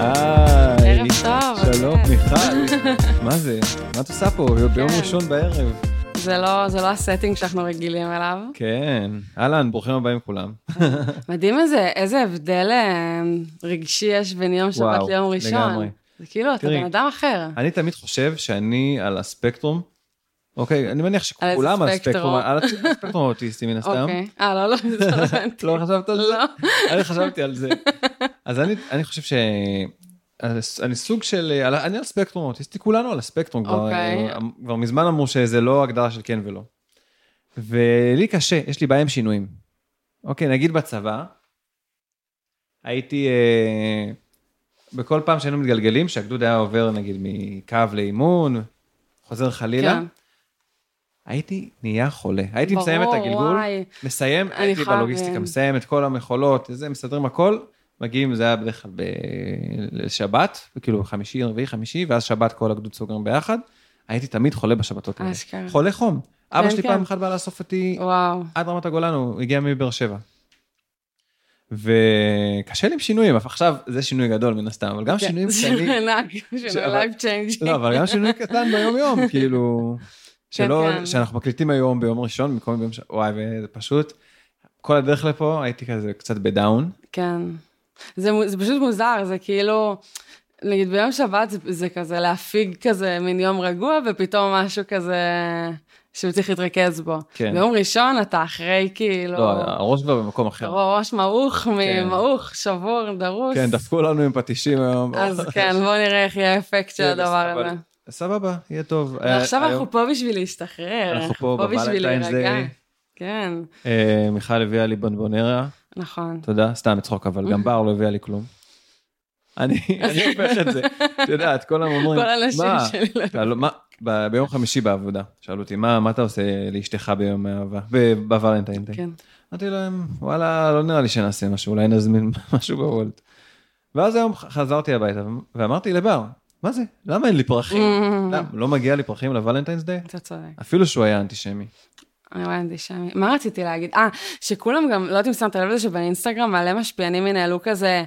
היי, ערב טוב, אה, שלום עודד. מיכל, מה זה? מה את עושה פה? ביום כן. ראשון בערב. זה לא, זה לא הסטינג שאנחנו רגילים אליו. כן, אהלן, ברוכים הבאים כולם. מדהים איזה, איזה הבדל אה, רגשי יש בין יום שבת וואו, ליום ראשון. לגמרי. זה כאילו, אתה תראי. בן אדם אחר. אני תמיד חושב שאני על הספקטרום, אוקיי, אני מניח על איזה שכולם על הספקטרום, ספקטרום? על הספקטרום האוטיסטי מן הסתם. אוקיי. אה, לא, לא, זה לא הבנתי. לא חשבת על זה? לא. אני חשבתי על זה. אז אני, אני חושב ש... אז אני סוג של, על- אני על ספקטרום אוטיסטי, כולנו על הספקטרום, כבר, אה, אוקיי. כבר מזמן אמרו שזה לא הגדרה של כן ולא. ולי קשה, יש לי בעיה עם שינויים. אוקיי, נגיד בצבא, הייתי, אה, בכל פעם שהיינו מתגלגלים, שהגדוד היה עובר נגיד מקו לאימון, חוזר חלילה, כן. הייתי נהיה חולה. הייתי ברור, מסיים את הגלגול, וואי. מסיים, אני אה, הייתי יכולה בלוגיסטיקה, ב- מסיים את כל המכולות, זה, מסדרים הכל, מגיעים, זה היה בדרך כלל ב- לשבת, כאילו חמישי, רביעי, חמישי, ואז שבת כל הגדוד סוגרים ביחד. הייתי תמיד חולה בשבתות האלה. אשכרה. חולה חום. אבא שלי כן. פעם אחת בא לאסוף אותי וואו. עד רמת הגולן, הוא הגיע מבאר שבע. וקשה לי עם שינויים, אבל עכשיו זה שינוי גדול מן הסתם, אבל גם כן, שינויים זה קטנים, ענק, ש- שינוי אבל- לייב צ'יינג'ינג. לא, אבל גם שינוי קטן ביום-יום, כאילו, שלא, כן. שאנחנו מקליטים היום ביום ראשון במקום ביום ש... וואי, וזה פשוט, כל הדרך לפה הייתי כזה קצת בדאון. כן. זה, מו- זה פשוט מוזר, זה כאילו, נגיד ביום שבת זה, זה כזה להפיג כזה מין יום רגוע, ופתאום משהו כזה שהוא צריך להתרכז בו. כן. ביום ראשון אתה אחרי כאילו, לא, הראש כבר במקום אחר. ראש מעוך, כן. מעוך, שבור, דרוס. כן, דפקו לנו עם פטישים היום. אז כן, בוא נראה איך יהיה האפקט של כן, הדבר אבל- הזה. סבבה, יהיה טוב. ועכשיו אה, אנחנו פה בשביל להשתחרר, אנחנו אנחנו פה פה בשביל ב-Valentine's להירגע. Day. כן, אה, מיכל הביאה לי בונבונרה, נכון. תודה, סתם בצחוק, אבל גם בר לא הביאה לי כלום. אני אני הופך את זה, את יודעת, כל היום אומרים, כל האנשים "מה, שלי לא... שאלו, מה, ב- ביום חמישי בעבודה, שאלו אותי, מה, מה אתה עושה לאשתך ביום אהבה, ב- בוולנטיין דיי? כן. אמרתי להם, וואלה, לא נראה לי שנעשה משהו, אולי נזמין משהו בוולט. ואז היום ח- חזרתי הביתה ו- ואמרתי לבר, מה זה? למה אין לי פרחים? למה, לא מגיע לי פרחים לוולנטיינס דיי? אתה צודק. אפילו שהוא היה אנטישמי. אני רואה אנטישמי. מה רציתי להגיד? אה, שכולם גם, לא יודעת אם שמת לב לזה שבאינסטגרם מלא משפיענים ינהלו כזה,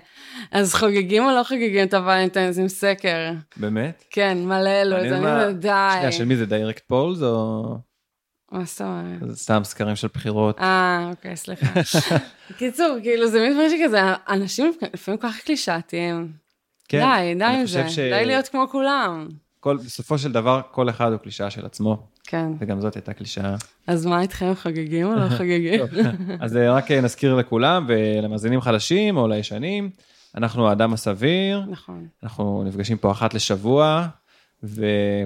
אז חוגגים או לא חוגגים את הוולנטיינס עם סקר. באמת? כן, מלא אלו, אז מעניין אני מה- אומרת, שנייה, של די. מי זה דיירקט פולס או מה זאת אומרת? סתם סקרים של בחירות? אה, אוקיי, סליחה. קיצור, כאילו, זה מין דברים שכזה, אנשים לפעמים כל כך קלישאתיים. כן, די, די אני עם חושב זה. ש- די להיות כמו כולם. כל- בסופו של דבר, כל אחד הוא קלישאה של עצמו, כן. וגם זאת הייתה קלישאה. אז מה איתכם, חוגגים או לא חוגגים? אז אה, רק אה, נזכיר לכולם ולמאזינים חדשים או לישנים, אנחנו האדם הסביר, נכון. אנחנו נפגשים פה אחת לשבוע,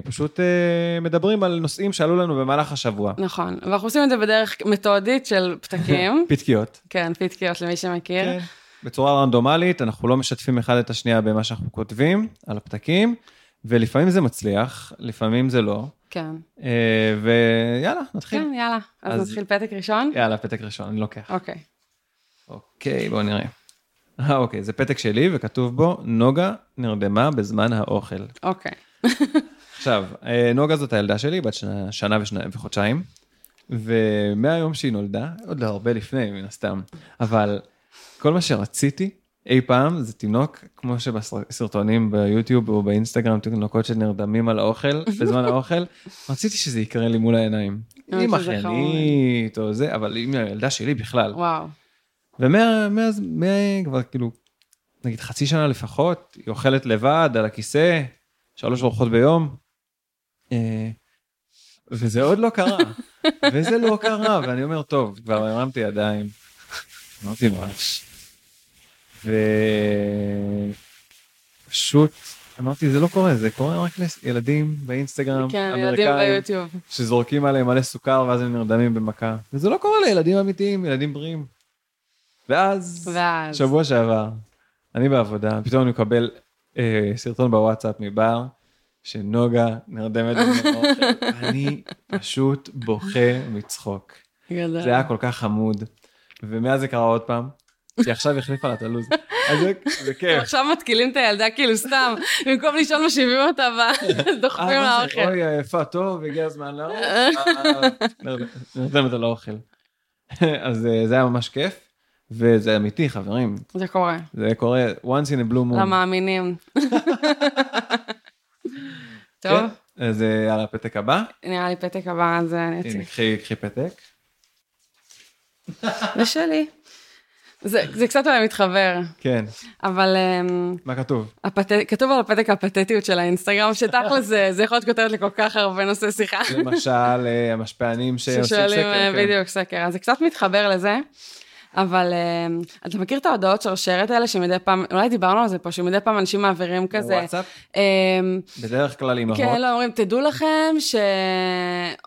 ופשוט אה, מדברים על נושאים שעלו לנו במהלך השבוע. נכון. ואנחנו עושים את זה בדרך מתודית של פתקים. פתקיות. כן, פיתקיות למי שמכיר. כן. בצורה רנדומלית, אנחנו לא משתפים אחד את השנייה במה שאנחנו כותבים על הפתקים, ולפעמים זה מצליח, לפעמים זה לא, כן. אה, ויאללה, נתחיל. כן, יאללה. אז אז- כן. נתחיל פתק ראשון? יאללה, פתק ראשון, אני לוקח. אוקיי. אוקיי, בואו נראה. אה, אוקיי, זה פתק שלי, וכתוב בו, נוגה נרדמה בזמן האוכל. אוקיי. עכשיו, אה, נוגה זאת הילדה שלי, בת שנה, שנה ושנה, וחודשיים, ומהיום שהיא נולדה, עוד לא הרבה לפני, מן הסתם, אבל כל מה שרציתי אי פעם זה תינוק, כמו שבסרטונים ביוטיוב או באינסטגרם, תינוקות שנרדמים על האוכל, בזמן האוכל, רציתי שזה יקרה לי מול העיניים. האמת עם שזה חמוד. אחיינית או זה, אבל עם הילדה שלי בכלל. וואו. ומאז, מה- כבר כאילו, נגיד חצי שנה לפחות, היא אוכלת לבד על הכיסא, שלוש ארוחות ביום, אה, וזה עוד לא קרה, וזה לא קרה, ואני אומר, טוב, כבר הרמתי ידיים, אמרתי ממש, ופשוט אמרתי, זה לא קורה, זה קורה רק לילדים באינסטגרם, כן, ילדים אמריקאים, ביוטיוב. שזורקים עליהם מלא סוכר ואז הם נרדמים במכה. וזה לא קורה לילדים אמיתיים, ילדים בריאים. ואז, ואז. שבוע שעבר, אני בעבודה, פתאום אני מקבל אה, סרטון בוואטסאפ מבר, שנוגה נרדמת במאוכל. אני פשוט בוכה מצחוק. גדול. זה היה כל כך חמוד. ומאז זה קרה עוד פעם, כי עכשיו החליפה לה את הלו"ז. אז זה- זה כיף. עכשיו מתקילים את הילדה כאילו סתם, במקום לישון משיבים אותה אה, ודוחפים מה לה זה? אוכל. אה, אוי, היפה, טוב, הגיע הזמן לאוכל. אה, נותן אותה לאוכל. לא אז אה, זה היה ממש כיף, וזה אמיתי, חברים. זה קורה. זה קורה once in a blue moon. למאמינים. כן? טוב, אז אה, על הפתק הבא. נראה לי פתק הבא, אז אני אציג. הנה, קחי קחי פתק. זה שלי. זה זה קצת אולי מתחבר, כן, אבל אמ, מה כתוב? הפת- כתוב על הפתק הפתטיות של האינסטגרם, שתכל'ס זה זה יכול להיות כותרת לכל כך הרבה נושאי שיחה. כן. למשל, אה, המשפיענים שעושים סקר. ששואלים אה, כן. בדיוק סקר, אז זה קצת מתחבר לזה. אבל אה, אתה מכיר את ההודעות שרשרת האלה שמדי פעם, אולי דיברנו על זה פה, שמדי פעם אנשים מעבירים כזה. בוואטסאפ, אה, בדרך כלל אימהות. כן, לא, אומרים, תדעו לכם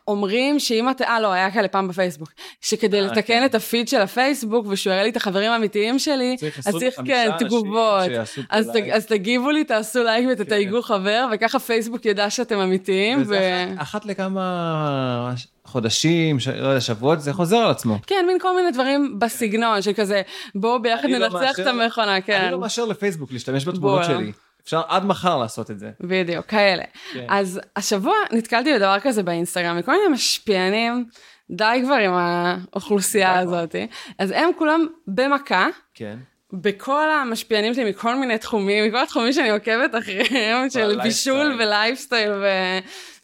שאומרים שאם את... אה, לא, היה כאלה פעם בפייסבוק. שכדי אה, כן. לתקן את הפיד של הפייסבוק ושהוא יראה לי את החברים האמיתיים שלי, צריך אז צריך, 25 כן, אנשים תגובות. שיעשו פה אז, לייק. תג, אז תגיבו לי, תעשו לייק ותתייגו חבר, וככה פייסבוק ידע שאתם אמיתיים. ו... וזה אחת- אחת לכמה חודשים, ש- לא יודע, שבועות, זה חוזר על עצמו. כן, מין כל מיני דברים בסגנון, שכזה, בואו ביחד אני לא ננצח את מאשר- המכונה, אני כן. אה. לא מאשר לפייסבוק להשתמש בתמונות בוא. שלי. אפשר עד מחר לעשות את זה. בדיוק, כאלה. כן. אז השבוע נתקלתי בדבר כזה באינסטגרם, מכל מיני משפיענים, די כבר עם האוכלוסייה די כבר. הזאת. אז הם כולם במכה, כן. בכל המשפיענים שלי מכל מיני תחומים, מכל התחומים שאני עוקבת אחריהם, של והלייפסטייל. בישול ולייפסטייל ו...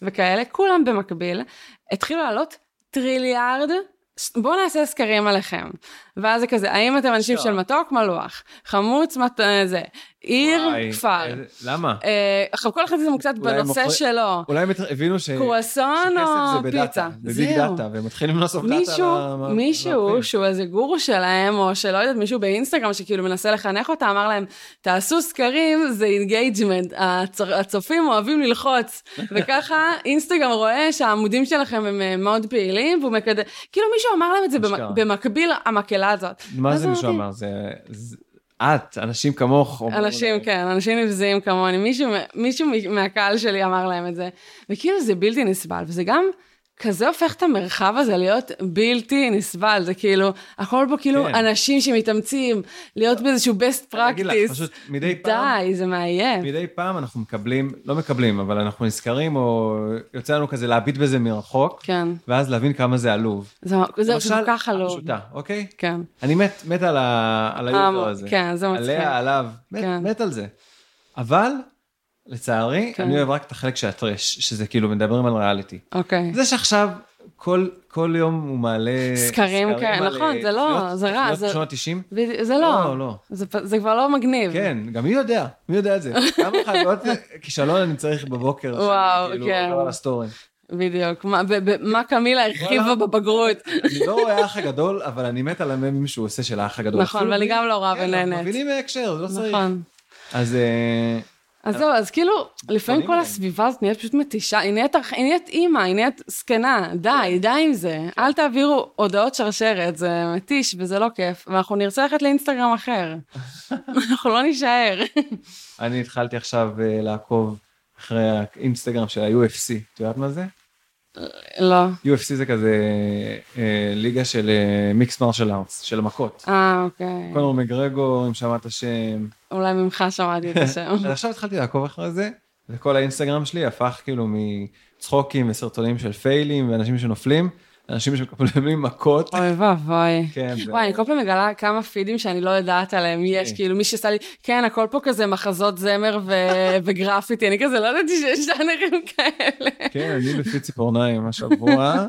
וכאלה, כולם במקביל, התחילו לעלות טריליארד. ס- בואו נעשה סקרים עליכם. ואז זה כזה, האם אתם אנשים אפשר. של מתוק, מלוח, חמוץ, מת... אה, זה, עיר, וואי, כפר. איזה- למה? אה, עכשיו כל אחד זה קצת אולי הם בנושא אוכלי- שלו. אולי הם הבינו ש... קרואסון או שכסף זה פיצה. בדאטה, בביג זהו. דאטה, והם מתחילים לאסוף דאטה. מישהו, על ה- מישהו מהפנים. שהוא איזה גורו שלהם, או שלא יודעת, מישהו באינסטגרם שכאילו מנסה לחנך אותה, אמר להם, תעשו סקרים, זה אינגייג'מנט, הצר- הצופים אוהבים ללחוץ, וככה אינסטגרם רואה שהעמודים שלכם הם אה, מאוד פעילים, והוא מקדם, כאילו מישהו אמר להם את זה במ- אשכרה. במקביל המקהלה הזאת. מה אז זה מישהו אמרתי, אמר? זה... זה- את, אנשים כמוך. אומרים- אנשים, כן, אנשים נבזיים כמוני, מישהו, מישהו מ- מהקהל שלי אמר להם את זה, וכאילו זה בלתי נסבל, וזה גם כזה הופך את המרחב הזה להיות בלתי נסבל, זה כאילו, הכל בו כאילו כן. אנשים שמתאמצים להיות באיזשהו best אני אגיד לך, practice. פשוט מדי פעם כן, די, זה מעייף. מדי פעם אנחנו מקבלים, לא מקבלים, אבל אנחנו נזכרים, או יוצא לנו כזה להביט בזה מרחוק, כן, ואז להבין כמה זה עלוב. זה זה כל כך עלוב. הפשוטה, אוקיי? כן, אני מת, מת על, ה, על היוזר אה, הזה. כן, זה מצחיק. עליה, עליו, מת, כן. מת על זה. אבל, לצערי, כן. אני אוהב רק את החלק של הטרש, שזה כאילו מדברים על ריאליטי. אוקיי. זה שעכשיו כל, כל יום הוא מעלה... סקרים, כן, על, אה, נכון, זה לא- תוכניות- זה רע, תוכניות זה- שנות 90? בדי- זה לא, לא, לא. זה פ- זה כבר לא מגניב. כן, גם מי יודע, מי יודע את זה. כמה חוויות כישלון אני צריך בבוקר, שאני וואו, כאילו כן. עובר על הסטורים. בדיוק. מה- ב- ב- מה קמילה הרחיבה בבגרות. אני לא רואה האח הגדול, אבל אני מת על הממים שהוא עושה של האח הגדול. נכון, אפילו ואני בלי- גם לא רואה כן, אנחנו ונהנית. מבינים מההקשר, זה לא צריך. נכון. אז אה, אז זהו, אז כאילו, לפעמים כל להם. הסביבה הזאת נהיית פשוט מתישה, היא נהיית, הרח- היא נהיית אימא, היא נהיית זקנה, כן. די, די עם זה. אל תעבירו הודעות שרשרת, זה מתיש וזה לא כיף, ואנחנו נרצה ללכת לאינסטגרם אחר. אנחנו לא נישאר. אני התחלתי עכשיו אה, לעקוב אחרי האינסטגרם של ה-UFC. את יודעת מה זה? לא. UFC זה כזה אה, ליגה של מיקס מרשל ארץ, של מכות. אה, אוקיי. קונור מגרגו, אם שמעת שם. אולי ממך שמעתי את השם. אז עכשיו התחלתי לעקוב אחרי זה, וכל האינסטגרם שלי הפך כאילו מצחוקים וסרטונים של פיילים ואנשים שנופלים, אנשים שמקבלים מכות. אוי ואבוי. כן, זה... וואי, אני כל פעם מגלה כמה פידים שאני לא יודעת עליהם יש, כן. כאילו מי שעשה לי, כן, הכל פה כזה מחזות זמר ו- וגרפיטי, אני כזה לא ידעתי שיש ז'אנרים כאלה. כן, אני לפי ציפורניים השבוע.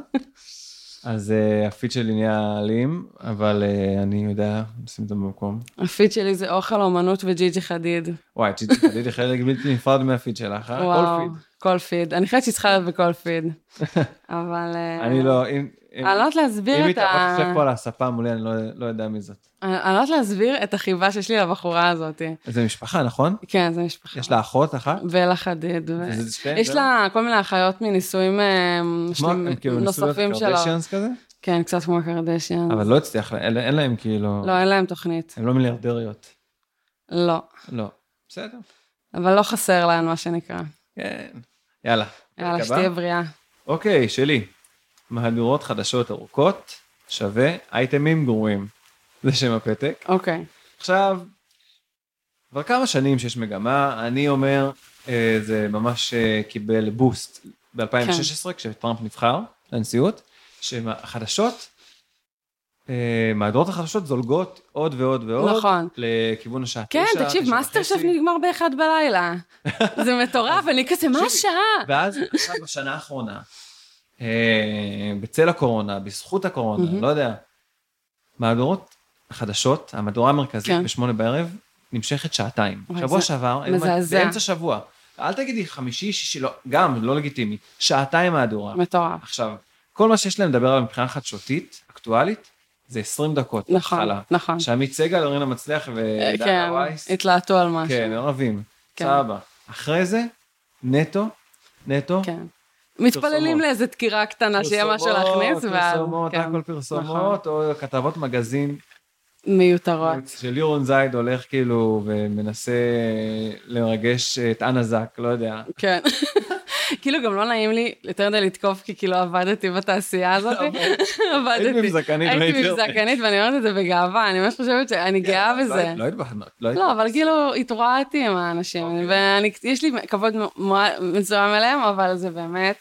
אז אה, הפיד שלי נהיה אלים, אבל אה, אני יודע לשים את זה במקום. הפיד שלי זה אוכל, אומנות וג'יג'י חדיד. וואי, צ'יטי חדיד היא חלק בלתי נפרד מהפיד שלך, אה? כל וואו, פיד. כל פיד. אני חושבת שהיא צריכה להיות בכל פיד. אבל... אה, אני לא, אם... אם- אני לא יודעת אם להסביר היא את תעבור ה... תשב פה על הספה מולי, אני לא- לא יודע מי זאת. אני אני לא יודעת להסביר את החיבה שיש לי לבחורה הזאת. זה משפחה, נכון? כן, זו משפחה. יש לה אחות אחת? בלה חדיד. ו- וזה שתיהן, אה, יש זהו? לה כל מיני אחיות מנישואים אה, כמו, של- הם כאילו ניסו להיות נוספים שלה. קרדשיאנס כזה, כן, קצת כמו הקרדשיאן. אבל לא הצליח, לה- אין אין להם כאילו, לא, אין להם תוכנית. הם לא מיליארדריות. לא. לא. בסדר. אבל לא חסר להן, מה שנקרא. כן. יאללה. יאללה, הבא? שתהיה בריאה. אוקיי, שלי. מהדורות חדשות ארוכות שווה אייטמים גרועים. זה שם הפתק. אוקיי. עכשיו, כבר כמה שנים שיש מגמה, אני אומר, אה, זה ממש אה, קיבל בוסט ב-2016, כן. כשטראמפ נבחר לנשיאות, שהחדשות, אה, מהדורות החדשות זולגות עוד ועוד ועוד, נכון. לכיוון השעה כן, תשע, תקשיב, תשע מאסטר שף וחצי. נגמר באחד בלילה. זה מטורף, אני כזה, מה תקשיבי, השעה? ואז עכשיו בשנה האחרונה, אה, בצל הקורונה, בזכות הקורונה, מהמם. לא יודע, מהדורות החדשות, המהדורה המרכזית כן. בשמונה בערב, נמשכת שעתיים. וואי, שבוע זה שעבר, היו מזעזע. באמצע שבוע. אל תגידי חמישי, שישי, לא, גם, לא לגיטימי. שעתיים מהדורה. מטורף. עכשיו, כל מה שיש להם לדבר עליו מבחינה חדשותית, אקטואלית, זה 20 דקות. נכון, התחלה. נכון. שעמית סגל, אורינה מצליח אה, ודנה כן, וייס. התלהטו על משהו. כן, הם רבים. כן. סבבה. אחרי זה, נטו, נטו, כן. מתפללים פרסומות. לאיזה דקירה קטנה שיהיה משהו להכניס, ואז... פרסומות, כן, הכל פרסומות, או כתבות מגזין מיותרות. של לירון זייד הולך כאילו ומנסה לרגש את אנה זק, לא יודע. כן. כאילו גם לא נעים לי יותר מדי לתקוף, כי כאילו עבדתי בתעשייה הזאת. עבדתי. היית מבזקנית, הייתי והיית- מבזקנית, ואני אומרת את זה בגאווה, אני ממש חושבת שאני גאה בזה. לא התבחנות, לא לא, התבחנות. אבל כאילו התרועעתי עם אוקיי. האנשים, ואני, יש לי כבוד מוע- מסוים אליהם, אבל זה באמת,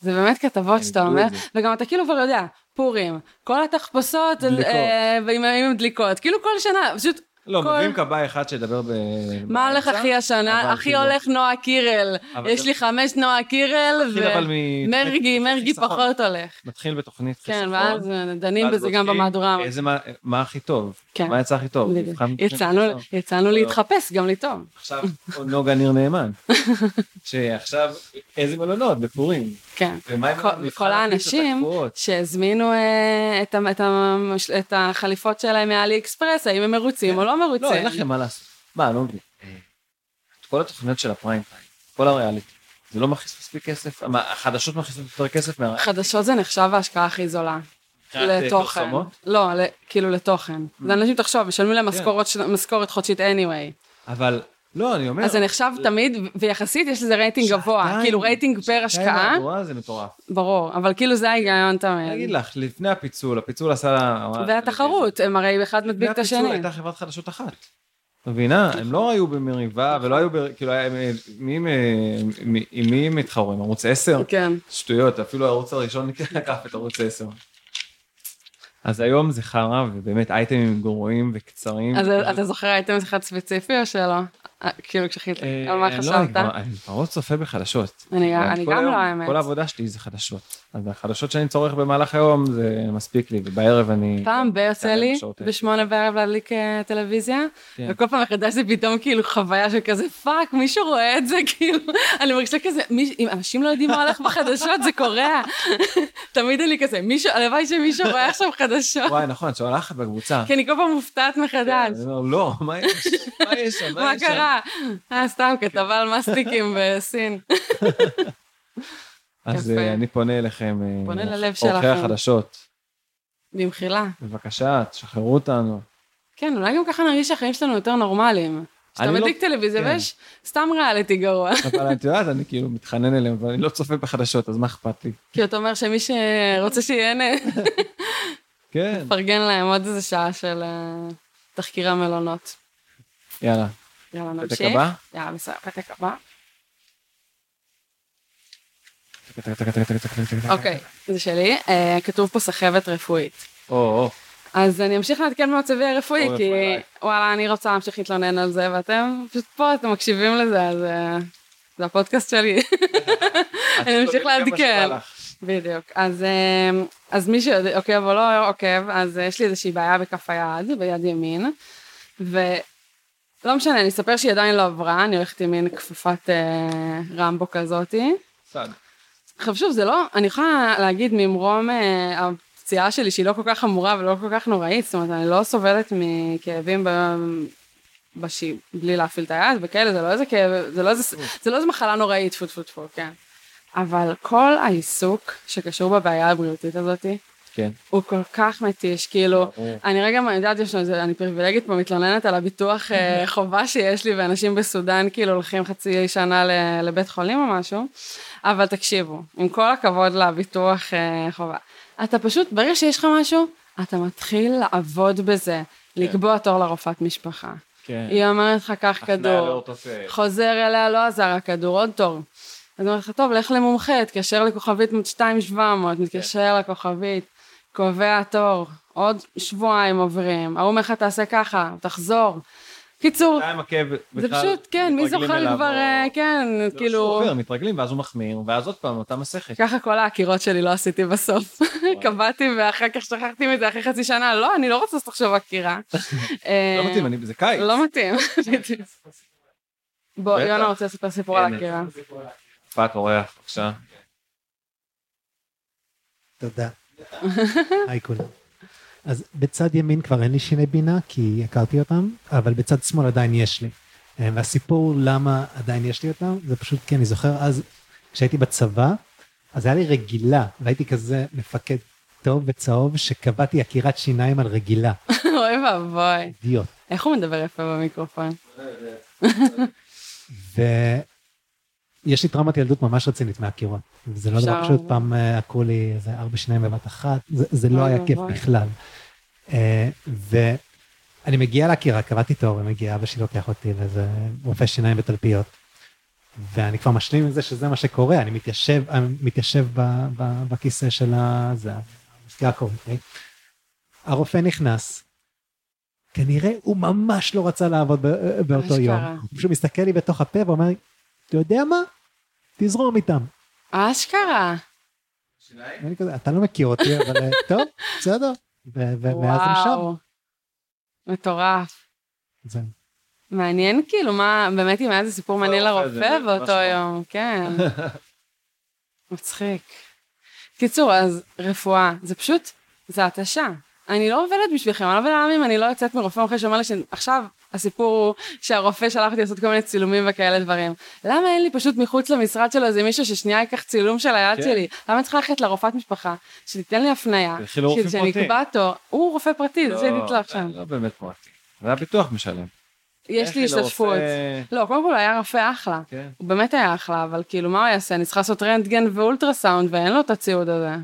זה באמת הם כתבות שאתה איבדו אומר, את זה. וגם אתה כאילו כבר יודע, פורים, כל התחפושות, דליקות. אה, ועם עם דליקות, כאילו כל שנה, פשוט... לא, כל- מביאים כבאי אחד שידבר ב... מה הולך באמצע, הכי אבל השנה? הכי כאילו- הולך נועה קירל. אבל יש זה- לי חמש נועה קירל, מתחיל אבל מ- ומרגי, תוכנית מרגי חיסכון. פחות הולך. מתחיל בתוכנית כן, חיסכון, ואז דנים ואז בזה גם בודקים במהדורה. איזה מה- מה הכי טוב? כן. מה יצא הכי טוב? בדיוק. מבחן תוכנית יצאנו- חיסכון. יצאנו לא. להתחפש, גם לטעום. עכשיו עוד נוגה ניר נאמן, שעכשיו איזה מלונות בפורים. כן. ומה עם כל- המבחן כל הפיצות האנשים הקפואות? שהזמינו אה, את ה- את המש- את החליפות שלהם מאלי אקספרס, האם הם מרוצים או לא מרוצים. לא, אין לכם מה לעשות. מה, לא מבין. אה, כל התוכניות של הפריים טיים, כל הריאליטי, זה לא מכניס מספיק כסף? מה, החדשות מכניסות יותר כסף מה... חדשות זה נחשב ההשקעה הכי זולה. מבחינת, אה, לתוכן. פרסומות? Mm. כן. לא, ל- כאילו לתוכן. זה אנשים, תחשוב, משלמים להם משכורות ש- משכורת חודשית anyway. אבל, לא, אני אומר... אז זה נחשב תמיד, ו- ויחסית יש לזה רייטינג גבוה, שעתיים- כאילו רייטינג פר שעתיים השקעה, מהדורה זה מטורף. ברור, אבל כאילו זה ההיגיון אני אגיד תמיד. לך, לפני הפיצול, הפיצול עשה... לה- והתחרות, הם הרי אחד לפני מדביק את הפיצול השני. הייתה חברת חדשות אחת. מבינה? הם לא היו במריבה ולא היו, ב- כאילו, היה- הם- מי הם, אה, מי- עם מי הם התחרו? עם ערוץ 10? כן, שטויות, אפילו הערוץ הראשון לקח את ערוץ 10. אז היום זה חרא, ובאמת אייטמים גרועים וקצרים. אז אבל- אתה זוכר אייטם אחד ספציפי או שלא? אה, כאילו כשחילת, אה, על מה לא, אני חשבת? כבר- אני כבר לא צופה בחדשות. אני גם- אבל אני כל גם היום- לא, האמת. כל העבודה שלי זה חדשות. אז החדשות שאני צורך במהלך היום, זה מספיק לי, ובערב אני... פעם ב יוצא כן, לי, שעות. בשמונה בערב להדליק אה, טלוויזיה, כן. וכל פעם מחדש זה פתאום כאילו חוויה של כזה פאק, מישהו רואה את זה, כאילו, אני מרגישה כזה, "מי- אם אנשים לא יודעים מה הולך בחדשות, זה קורע. תמיד אני כזה, "מישהו- הלוואי שמישהו רואה עכשיו חדשות, וואי, נכון, את שולחת בקבוצה. כי אני כל פעם מופתעת מחדש. אני אומר, לא, מה יש? מה יש שם? מה יש שם?" קרה? אה, סתם, כתבה על מסטיקים בסין. אז יפה. אה, אני פונה אליכם, אה, פונה ללב אורחי שלכם. החדשות, במחילה. בבקשה, תשחררו אותנו. כן, אולי גם ככה נרגיש שהחיים שלנו יותר נורמליים. כשאתה אני לא- מדליק טלוויזיה כן. ויש סתם ריאליטי גרוע. אבל את יודעת, אני כאילו מתחנן אליהם, אבל אני לא צופה בחדשות, אז מה אכפת לי? כי אתה אומר שמי שרוצה שיהנה, כן, פרגן להם עוד איזה שעה של אה, תחקירי המלונות. יאללה. יאללה, נמשיך. פתק הבא? יאללה, בסדר, פתק הבא. אוקיי, זה שלי. אה, כתוב פה סחבת רפואית. או, או, אז אני אמשיך לעדכן במצבי הרפואי, אוי, כי יפה, עלייך. וואלה, אני רוצה להמשיך להתלונן על זה, ואתם פשוט פה, אתם מקשיבים לזה, אז אה, זה הפודקאסט שלי. אני אמשיך לעדכן. בדיוק. אז, אמ, אז מי שעוקב או לא עוקב, אז אה, יש לי איזושהי בעיה בכף היד, ביד ימין, ולא משנה, אני אספר שהיא עדיין לא עברה, אני הולכת עם מין כפפת אה, רמבו כזאתי. סעד. עכשיו שוב, זה לא, אני יכולה להגיד ממרום אה, הפציעה שלי, שהיא לא כל כך חמורה ולא כל כך נוראית, זאת אומרת, אני לא סובלת מכאבים ב... בשי, בלי להפעיל את היד וכאלה, זה לא איזה כאב, זה לא איזה, זה לא איזה מחלה נוראית, טפו טפו טפו, כן. אבל כל העיסוק שקשור בבעיה הבריאותית הזאת, כן. הוא כל כך מתיש, כאילו, ברור. אני רגע יודעת, יש לנו- אני פריבילגית פה, מתלוננת על הביטוח אה, חובה שיש לי, ואנשים בסודאן כאילו הולכים חצי שנה ל- לבית חולים או משהו, אבל תקשיבו, עם כל הכבוד לביטוח אה, חובה, אתה פשוט, ברגע שיש לך משהו, אתה מתחיל לעבוד בזה, לקבוע תור לרופאת משפחה. כן. היא אומרת לך, קח כדור. תופס. חוזר אליה, לא עזר הכדור, עוד תור. אז אומרת לך, טוב, לך למומחה, תתקשר לכוכבית 2700, מתקשר כן. לכוכבית, קובע תור, עוד שבועיים עוברים, ההוא אומר לך, תעשה ככה, תחזור. קיצור, אתה עם עקב, זה פשוט, כן, מי זוכר לא- כבר, אה, כן, כאילו, עובר, מתרגלים, ואז לא, הוא מחמיר, ואז עוד פעם, אותה מסכת. ככה כל העקירות שלי לא עשיתי בסוף. קבעתי ואחר כך שכחתי מזה אחרי חצי שנה, לא, אני לא רוצה לעשות עכשיו עקירה. אה, לא מתאים, אני- זה קיץ. לא מתאים, בדיוק. בוא, בטח. יונה רוצה לספר סיפור על כן, עקירה. הופעת אורח, בבקשה. תודה. היי כולם. אז בצד ימין כבר אין לי שיני בינה, כי הכרתי אותם, אבל בצד שמאל עדיין יש לי. אה, והסיפור למה עדיין יש לי אותם, זה פשוט כי אני זוכר אז, כשהייתי בצבא, אז היה לי רגילה, והייתי כזה מפקד טוב וצהוב, שקבעתי עקירת שיניים על רגילה. אוי ואבוי. אידיוט. איך הוא מדבר יפה במיקרופון? ויש לי טראומת ילדות ממש רצינית מהקירות. זה לא דבר אפשר- פשוט, פעם אה, עקרו לי איזה ארבע שיניים בבת אחת, זה, זה לא אוי היה כיף ואבוי. בכלל. אה, ואני מגיע להקירה, קבעתי תור ומגיע, אבא שלי לוקח אותי לאיזה רופא שיניים ותלפיות. ואני כבר משלים עם זה שזה מה שקורה, אני מתיישב, אני מתיישב ב, ב, בכיסא של ה... זה, המזכירה קוראת לי. הרופא נכנס, כנראה הוא ממש לא רצה לעבוד ב- באותו אשכרה. יום. הוא פשוט מסתכל לי בתוך הפה ואומר לי, אתה יודע מה? תזרום איתם. אשכרה. ואני כזה, אתה לא מכיר אותי, אבל אה, טוב, בסדר. ו- ו- ואז הם שם. וואו. מטורף. זהו. מעניין כאילו מה, באמת אם היה איזה לא, סיפור מעניין הרופא הזה, לרופא ממש באותו לא. יום, כן. מצחיק. קיצור, אז רפואה, זה פשוט, זה התשה. אני לא עובדת בשבילכם, אני לא מבינה למה אם אני לא יוצאת מרופא מומחה שאומר לי שעכשיו הסיפור הוא שהרופא שלח אותי לעשות כל מיני צילומים וכאלה דברים. למה אין לי פשוט מחוץ למשרד שלו איזה מישהו ששנייה ייקח צילום של היד כן. שלי? למה אני צריכה ללכת לרופאת משפחה, שתיתן לי הפנייה, תלכי לרופאים שאני פרטיים. אקבע תור, הוא רופא פרטי, זה שהייתי אצלו עכשיו. לא באמת פרטי. זה הביטוח משלם. יש לי לכי לרופא- השתתפות. לא, קודם כל הוא היה רופא אחלה. כן. הוא באמת היה אחלה, אבל כאילו, מה הוא יעשה? אני צריכה לעשות רנטגן ואולטרסאונד, ואין לו את הציוד הזה.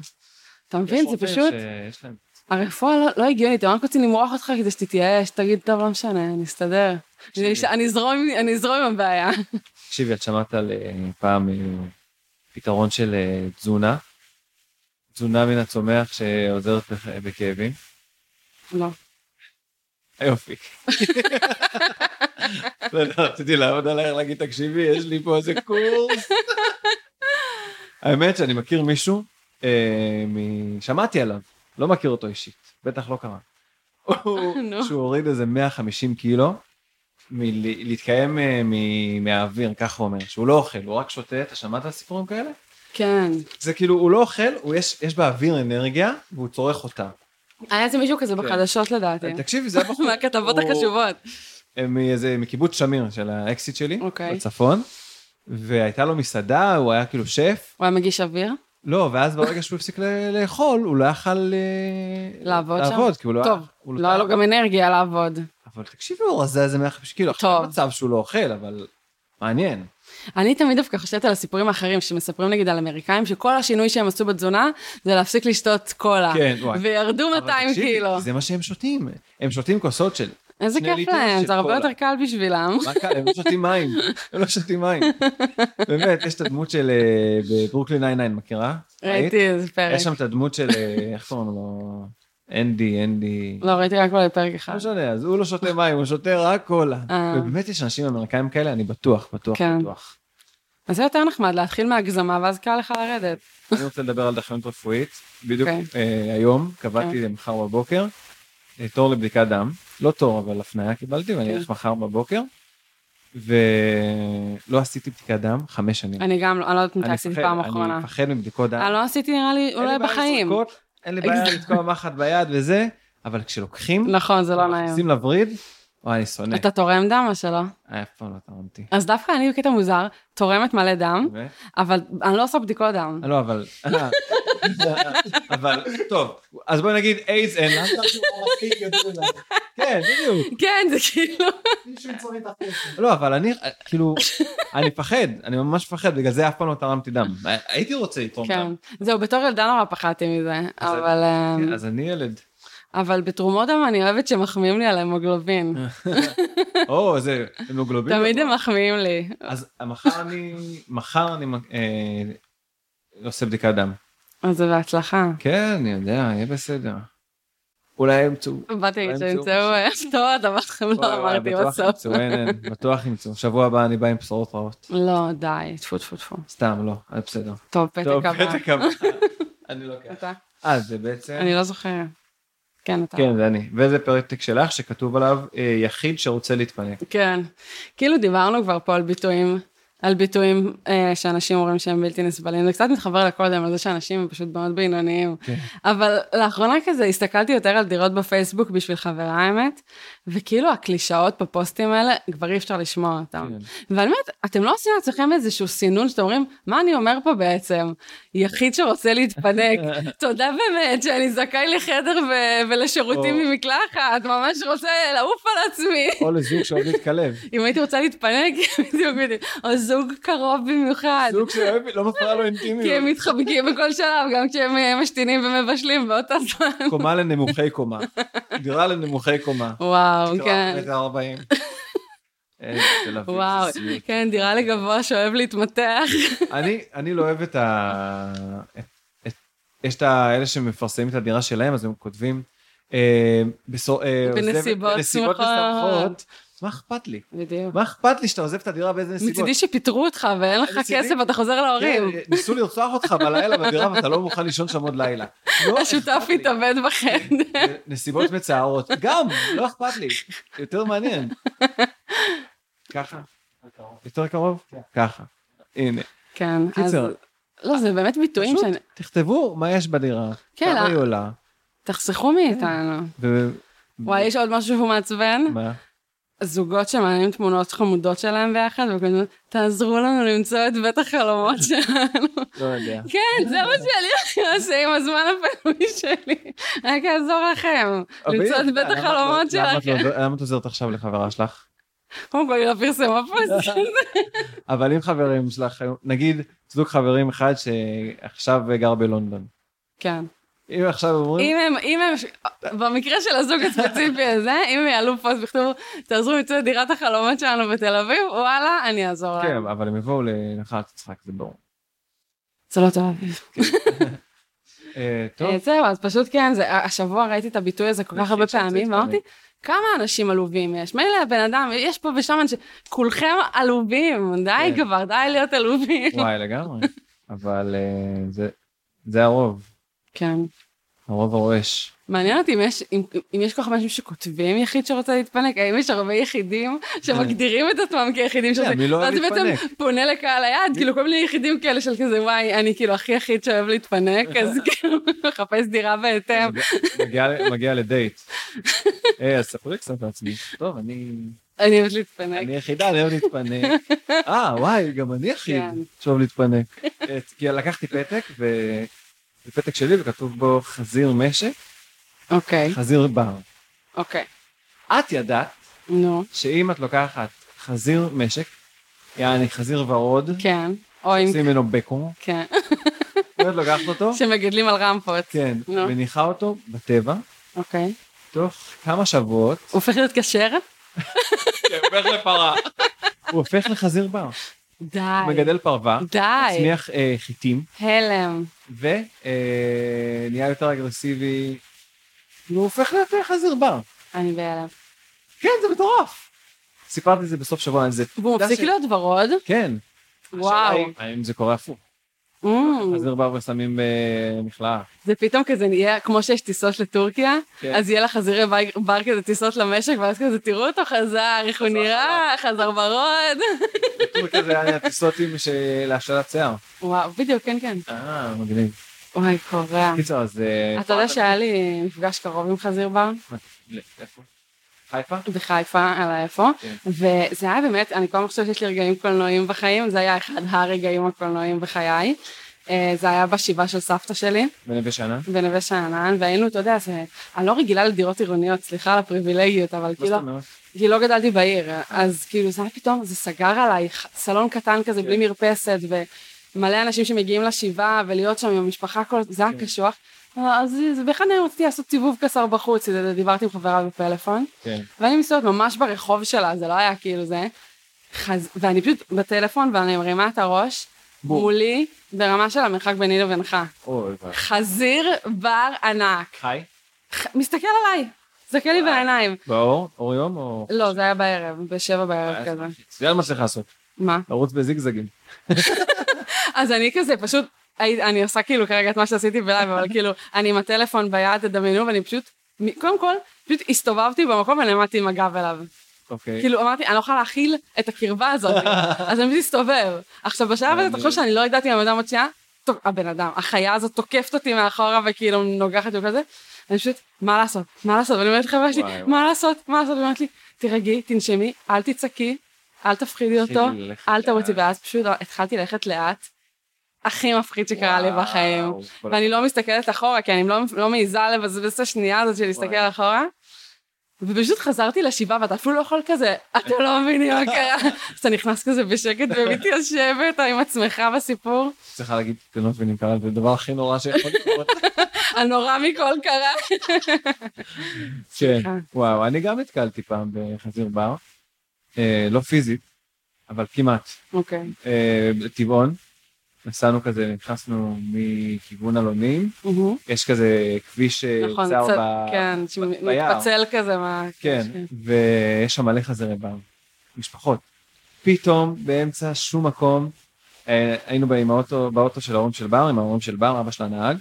אתה מבין? יש זה רופאים פשוט... שיש להם- הרפואה לא- לא הגיונית, הם רק רוצים למרוח אותך כדי שתתייאש, תגיד, טוב, לא משנה, נסתדר. אני אש- אני אזרום עם- אני אזרום עם הבעיה. תקשיבי, את שמעת על אה, פעם אה, פתרון של אה, תזונה? תזונה מן הצומח שעוזרת בכ- בכאבים? לא. יופי. לא יודע, רציתי לעבוד עלייך, להגיד, תקשיבי, יש לי פה איזה קורס. האמת שאני מכיר מישהו, אה, מ- שמעתי עליו, לא מכיר אותו אישית, בטח לא קרה. הוא- נו. שהוא הוריד איזה 150 קילו מלהתקיים מהאוויר, כך הוא אומר, שהוא לא אוכל, הוא רק שותה, אתה שמעת על סיפורים כאלה? כן. זה כאילו, הוא לא אוכל, הוא יש, יש באוויר אנרגיה, והוא צורך אותה. היה איזה מישהו כזה בחדשות לדעתי. תקשיבי, זה הבחור. מהכתבות כן. הוא- החשובות. אה, מאיזה, מקיבוץ שמיר של האקסיט שלי, אוקיי. בצפון, והייתה לו מסעדה, הוא היה כאילו שף, הוא היה מגיש אוויר? לא, ואז ברגע שהוא הפסיק ל- לאכול, הוא לא יכל אה, לעבוד שם? לעבוד, כי הוא לא טוב, הוא לא היה לו גם אנרגיה לעבוד. אבל תקשיבי, הוא רזה איזה 150 קילו, עכשיו טוב. מצב שהוא לא אוכל, אבל מעניין. אני תמיד דווקא חושבת על הסיפורים האחרים שמספרים נגיד על אמריקאים, שכל השינוי שהם עשו בתזונה זה להפסיק לשתות קולה. כן, וואי. וירדו אבל 200 תקשיבי, קילו. זה מה שהם שותים, הם שותים כוסות של... איזה שני כיף ליטר להם, של זה הרבה קולה. יותר קל בשבילם. מה קל, הם לא שותים מים, הם לא שותים מים. באמת, יש את הדמות של... אה, בברוקלין 99, מכירה? ראית? ראיתי איזה פרק. יש שם את הדמות של, אה, איך קוראים לו? אנדי, אנדי. לא, ראיתי רק אולי פרק אחד. לא משנה, אז הוא לא שותה מים, הוא שותה רק קולה. אה. ובאמת יש אנשים אמריקאים כאלה, אני בטוח, בטוח, כן. בטוח. אז זה יותר נחמד, להתחיל מהגזמה ואז קל לך לרדת. אני רוצה לדבר על דחיינות רפואית. בדיוק אוקיי. כן. אה, היום, קבעתי למחר בבוקר, אה, תור לבדיקת דם. לא תור, אבל הפניה קיבלתי, ואני כן. אלך מחר בבוקר. ולא עשיתי בדיקת דם חמש שנים. אני גם, לא- אני לא יודעת מתי כן. אני עשיתי מפחד- פעם אני אחרונה. מפחד מבדיקות דם. אני לא עשיתי נראה לי, אין לי אולי בעיה בחיים. לזרקות, אין לי בעיה אגז- לתקוע מחט ביד וזה, אבל כשלוקחים, נכון, זה לא נעים. מכניסים לווריד, וואי, אני שונא. אתה תורם דם או שלא? אה, אף פעם לא תרמתי. אז דווקא אני בקטע מוזר, תורמת מלא דם, ו- אבל אני לא עושה בדיקות דם. אה, לא, אבל... אה, אבל, טוב, אז בואי נגיד איידס אין לה. כן, בדיוק. כן, זה כאילו... לא, אבל אני, אה, כאילו, אני מפחד, אני ממש מפחד, בגלל זה אף פעם לא תרמתי דם. אה, הייתי רוצה לתרום כן. דם. זהו, בתור ילדה נורא פחדתי מזה, אז- אבל... כן, אמ, אז אני ילד. אבל בתרומות דם אני אוהבת שמחמיאים לי על ההמוגלובין. או, זה המוגלובין. תמיד הם מחמיאים לי. אז מחר אני, מחר אני אה, עושה בדיקת דם. אז זה בהצלחה. כן, אני יודע, יהיה בסדר. אולי ימצאו. באתי להגיד אולי ימצאו שימצאו טוב, אבל לא וואי, וואי, אמרתי בטוח בסוף. ימצאו, אין, אין, בטוח ימצאו. שבוע הבא אני בא עם בשורות רעות. לא, די, טפו טפו טפו. סתם, לא, אז בסדר. טוב, פתק טוב, הבא. פתק הבא. אני לוקח. אתה? אה, זה בעצם... אני לא זוכרת. כן, אתה. כן, זה אני. וזה פרק שלך שכתוב עליו אה, יחיד שרוצה להתפנק. כן. כאילו דיברנו כבר פה על ביטויים, על ביטויים אה, שאנשים אומרים שהם בלתי נסבלים. זה קצת מתחבר לקודם, על זה שאנשים הם פשוט מאוד בינוניים. כן. אבל לאחרונה כזה הסתכלתי יותר על דירות בפייסבוק בשביל חברה, האמת, וכאילו הקלישאות בפוסטים האלה, כבר אי אפשר לשמוע אותם. כן. ואני אומרת, אתם לא עושים לעצמכם איזשהו סינון שאתם אומרים, מה אני אומר פה בעצם? יחיד שרוצה להתפנק, תודה באמת שאני זכאי לחדר ו- ולשירותים או- ממקלחת, ממש רוצה לעוף על עצמי. או לזוג שאוהב להתקלב. אם הייתי רוצה להתפנק, בדיוק, בדיוק, או זוג קרוב במיוחד. זוג שאוהב, לא מפריע לו כי הם אינטימיות. מתחבקים בכל שלב, גם כשהם אה, משתינים ומבשלים באותה זמן. קומה לנמוכי קומה. דירה לנמוכי קומה. וואו, כן. מטר ארבעים. איזה אה, תל אביב, וואו, זה סיוט. כן, דירה לגבוה שאוהב להתמתח. אני- אני לא אוהב את ה... את- את- יש את האלה שמפרסמים את הדירה שלהם, אז הם כותבים... אה, בסו- אה, עוזב- בנסיבות בנסיבות שמחות. משמחות. מה אכפת לי? בדיוק. מה אכפת לי שאתה עוזב את הדירה באיזה נסיבות? מצידי שפיטרו אותך ואין לך מצידי- כסף ואתה חוזר להורים. כן, ניסו לרצוח אותך בלילה בדירה ואתה לא מוכן לישון שם עוד לילה. לא השותף אכפת לי. התאבד בחדר. נסיבות מצערות. גם, לא אכפת לי. יותר מעניין. ככה. יותר קרוב? ככה. הנה. כן, אז... קיצר. לא, זה באמת ביטויים פשוט שאני... תכתבו מה יש בדירה, כן, כמה אה. היא עולה, תחסכו מאיתנו. ומה, וואי, יש עוד משהו שהוא מעצבן? זוגות שמעלים תמונות חמודות שלהם ביחד, וכותבים, תעזרו לנו למצוא את בית החלומות שלנו. לא יודע. כן, זה מה שאני עושה עם הזמן הפנוי שלי. רק אעזור לכם, למצוא את בית למה את לא- החלומות למה את לא- שלכם. למה את עוזרת עכשיו לחברה שלך? קודם כל, היא לא פרסמה פוסט. אבל אם חברים שלך, היו- נגיד, זוג חברים אחד שעכשיו גר בלונדון. כן. אם עכשיו אומרים, אם הם, אם הם, במקרה של הזוג הספציפי הזה, אם הם יעלו פוסט וכתבו, תעזרו למצוא את דירת החלומות שלנו בתל אביב, וואלה, אני אעזור כן, להם. אבל הם יבואו לנחלת יצחק, זה ברור. זה לא תל אביב. אה, טוב, אה, זהו, אז פשוט כן, זה, השבוע ראיתי את הביטוי הזה כל כך הרבה שרוצה פעמים, להתפנק. ואמרתי, כמה אנשים עלובים יש? מילא הבן אדם, יש פה ושם אנשים, כולכם עלובים, די כן. כבר, די להיות עלובים. וואי, לגמרי. אבל אה, זה- זה הרוב, כן. הרוב הרועש. מעניין אותי אם יש, אם, אם יש כל כך אנשים שכותבים יחיד שרוצה להתפנק, האם יש הרבה יחידים שמגדירים את עצמם כיחידים שרוצים, מי לא אוהב ואז הוא בעצם להתפנק? פונה לקהל היעד, כאילו כל מיני יחידים כאלה של כזה, וואי, אני כאילו הכי יחיד שאוהב להתפנק, אז כאילו מחפש דירה בהתאם. מגיע- מגיע לדייט. אה, אז ספרי קצת לעצמי. טוב, אני... אני אוהבת להתפנק. אני יחידה, אני אוהב להתפנק. אה, וואי, גם אני יחיד כן. שאוהב להתפנק. את- כי לקחתי פתק, ו... זה פתק שלי, וכתוב בו חזיר משק, אוקיי, חזיר בר. אוקיי, את ידעת נו, שאם את לוקחת חזיר משק, יעני חזיר ורוד, כן, או אם, עושים ממנו בקון, כן, ואת לוקחת אותו, שמגדלים על רמפות, כן, נו. מניחה אותו בטבע, אוקיי. תוך כמה שבועות, הוא הופך להיות כשר? כן, הופך לפרה. הוא הופך לחזיר בר. די, הוא מגדל פרווה, די, מצמיח אה, חיטים, הלם. ונהיה יותר אגרסיבי, והוא הופך להיות חזיר בר. אני בהלם. כן, זה מטורף. סיפרתי את זה בסוף שבוע, אז זה... והוא עובדה מפסיק ש- להיות ורוד? כן. השאלה וואו. היא, האם זה קורה הפוך? Mm. חזיר בר ושמים במכלאה. זה פתאום כזה נהיה, כמו שיש טיסות לטורקיה, כן. אז יהיה לך חזירי בר- בר כזה טיסות למשק, ואז כזה, תראו אותו חזר, איך הוא נראה, חזר ורוד. בטור כזה היה טיסות עם ש- להשאלת שיער. וואו, בדיוק, כן, כן. אה, מגניב. וואי, קורע. קיצר, אז... אה, אתה יודע שהיה לי מפגש קרוב עם חזיר בר? איפה? חיפה? בחיפה, אלא איפה. כן. וזה היה באמת, אני כל הזמן חושבת שיש לי רגעים קולנועיים בחיים, זה היה אחד הרגעים הקולנועיים בחיי. אה, זה היה בשבעה של סבתא שלי. בנווה שנה? בנווה שאנן, והיינו, אתה יודע, זה, אני לא רגילה לדירות עירוניות, סליחה על הפריבילגיות, אבל מה זאת כאילו, אומרת? כי לא גדלתי בעיר, אז כאילו זה היה פתאום, זה סגר עליי ח- סלון קטן כזה בלי מרפסת, ו- מלא אנשים שמגיעים לשבעה ולהיות שם עם המשפחה, כל... זה היה קשוח. אז זה- באחד הימים רציתי לעשות סיבוב קצר בחוץ, דיברתי עם חברה בפלאפון, כן. ואני מסתובבת ממש ברחוב שלה, זה לא היה כאילו זה. חז... ואני פשוט בטלפון ואני מרימה את הראש, בום. מולי, ברמה של המרחק ביני לבינך. אוי ואבוי. חזיר בר ענק. חי? ח- מסתכל עליי, מסתכל לי בעיניים. באור? אור יום או... לא, זה היה בערב, בשבע בערב כזה. זה מה שצריך לעשות, מה? לרוץ בזיגזגים. אז אני כזה פשוט, הי- אני עושה כאילו כרגע את מה שעשיתי בלייב, אבל כאילו, אני עם הטלפון ביד, תדמיינו, ואני פשוט, מ- קודם כל, פשוט הסתובבתי במקום ונעמדתי עם הגב אליו. אוקיי. כאילו, אמרתי, אני לא יכולה להכיל את הקרבה הזאת, אז אני פשוט אסתובב. עכשיו, בשלב הזה, מעניין. תחשוב שאני לא יודעת אם הבן אדם עוד שנייה, טוב, הבן אדם, החיה הזאת תוקפת אותי מאחורה וכאילו נוגחת וכזה, אני פשוט, מה לעשות? מה לעשות? ואני אומרת לחברה שלי, וואי, וואי. מה לעשות? מה לעשות? והיא אומרת לי, תירגעי, תנשמי, אל תצעקי, אל תפחידי אותו, תתחילי ללכת אל תרוצי, לאט. ואז פשוט התחלתי ללכת לאט. הכי מפחיד שקרה לי וואו, בחיים. כל ואני לא מסתכלת אחורה, כי אני לא, לא מעיזה לבזבז את השנייה הזאת של להסתכל וואי. אחורה. ופשוט חזרתי לשבעה, ואתה אפילו לא יכול כזה, אתם לא מבינים מה קרה. אז אתה נכנס כזה בשקט ומתיישבת עם עצמך בסיפור. צריכה להגיד קטנות ונמכרה, זה הדבר הכי נורא שיכול לקרות. הנורא מכל קרה. כן, וואו, אני גם נתקלתי פעם בחזיר בר, אה, לא פיזית, אבל כמעט. אוקיי. אה, טבעון, נסענו כזה, נכנסנו מכיוון אלונים, מהמם. יש כזה כביש אה, נכון, צר קצת, ב... כן, ביער. שמתפצל כזה מה... כן, ויש שם מלא חזרי בר, משפחות. פתאום, באמצע שום מקום, אה, היינו בא- עם האוטו, באוטו של ההורים של בר, עם ההורים של בר, אבא של הנהג,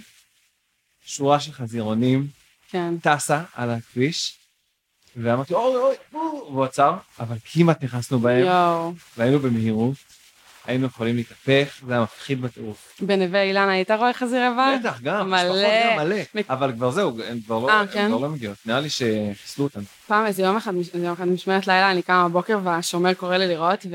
שורה של חזירונים כן. טסה על הכביש, ואמרתי, אוי, אוי, אוי, והוא עצר, אבל כמעט נכנסנו בהם, יואו. והיינו במהירות, היינו יכולים להתהפך, זה היה מפחיד בטירוף. בנווה אילן היית רואה חזירי בר? בטח, גם, אה, מלא. משפחות גם מלא, מק- אבל כבר זהו, הן כבר לא- אה, הן כן? כבר לא מגיעות, נראה לי שחיסלו אותן. פעם איזה יום אחד, איזה יום אחד משמרת לילה, אני קמה בבוקר והשומר קורא לי לראות,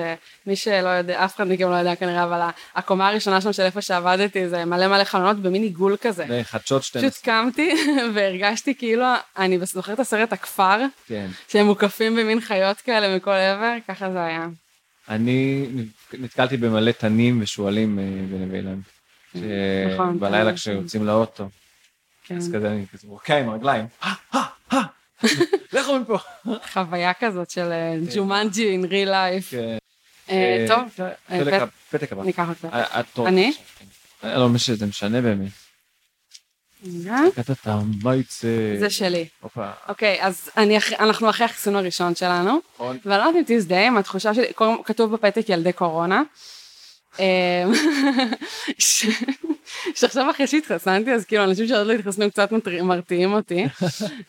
ומי שלא יודע, אף אחד מכם לא יודע כנראה, אבל הקומה הראשונה שם של איפה שעבדתי, זה מלא מלא חלונות במין עיגול כזה. בחדשות 12, אה. פשוט קמתי והרגשתי כאילו, אני זוכרת את הסרט הכפר, כן. שהם מוקפים במין חיות כאלה מכל עבר, ככה זה היה. אני נתקלתי במלא תנים ושועלים אה, בנווה אילן. ש- נכון, בלילה כן. כשיוצאים לאוטו, כן, אז כזה אני כזה רוקע עם הרגליים, "אה, אה, אה, לכו מפה. חוויה כזאת של אה, ג'ומנג'י in real life. כן. אה, טוב, אה, אה, פתק פת- ה- פתק הבא. ניקח אותה. אה, את תור- אני? אה, לא, מה שזה משנה באמת. קטעת מה יצא? זה שלי. הופה, אוקיי, אז אני אח- אנחנו אחרי החיסון הראשון שלנו. נכון. ואני לא יודעת אם תזדהה עם התחושה שלי, קוראים- כתוב בפתק ילדי קורונה. אמ, ש- שעכשיו אחרי שהתחסנתי, אז כאילו אנשים שעוד לא התחסנו קצת מטר- מרתיעים אותי.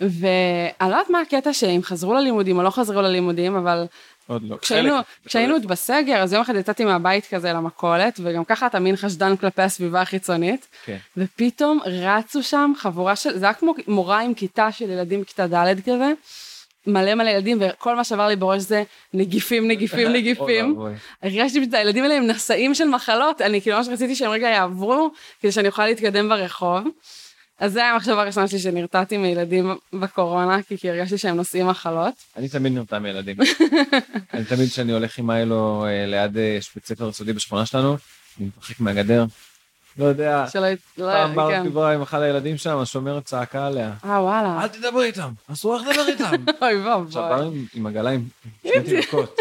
ואני לא יודעת מה הקטע שהם חזרו ללימודים או לא חזרו ללימודים, אבל עוד לא. כשהיינו, חלק. כשהיינו עוד בסגר, אז יום אחד יצאתי מהבית כזה למכולת, וגם ככה אתה מין חשדן כלפי הסביבה החיצונית. כן. ופתאום רצו שם חבורה של, זה היה כמו מורה עם כיתה של ילדים בכיתה ד' כזה, מלא מלא ילדים, וכל מה שעבר לי בראש זה נגיפים, נגיפים, לא, אוי נגיפים. ואבוי. הרגשתי את הילדים האלה הם נשאים של מחלות, אני כאילו ממש רציתי שהם רגע יעברו, כדי שאני אוכל להתקדם ברחוב. אז זה היה המחשבה הראשונה שלי שנרתעתי מילדים בקורונה, כי כי הרגשתי שהם נושאים מחלות. אני תמיד נרתע מילדים. אני תמיד כשאני הולך עם איילו אה, ליד, אה, יש בית ספר יסודי בשכונה שלנו, אני מתרחק מהגדר. לא יודע, שלא... י- לא- פעם כן. בר דיברה עם אחד הילדים שם, השומרת צעקה עליה. אה, וואלה. אל תדבר איתם, אסור לך לדבר איתם. אוי עכשיו בא ואבוי. עם- עם עגלה עם שני תינוקות.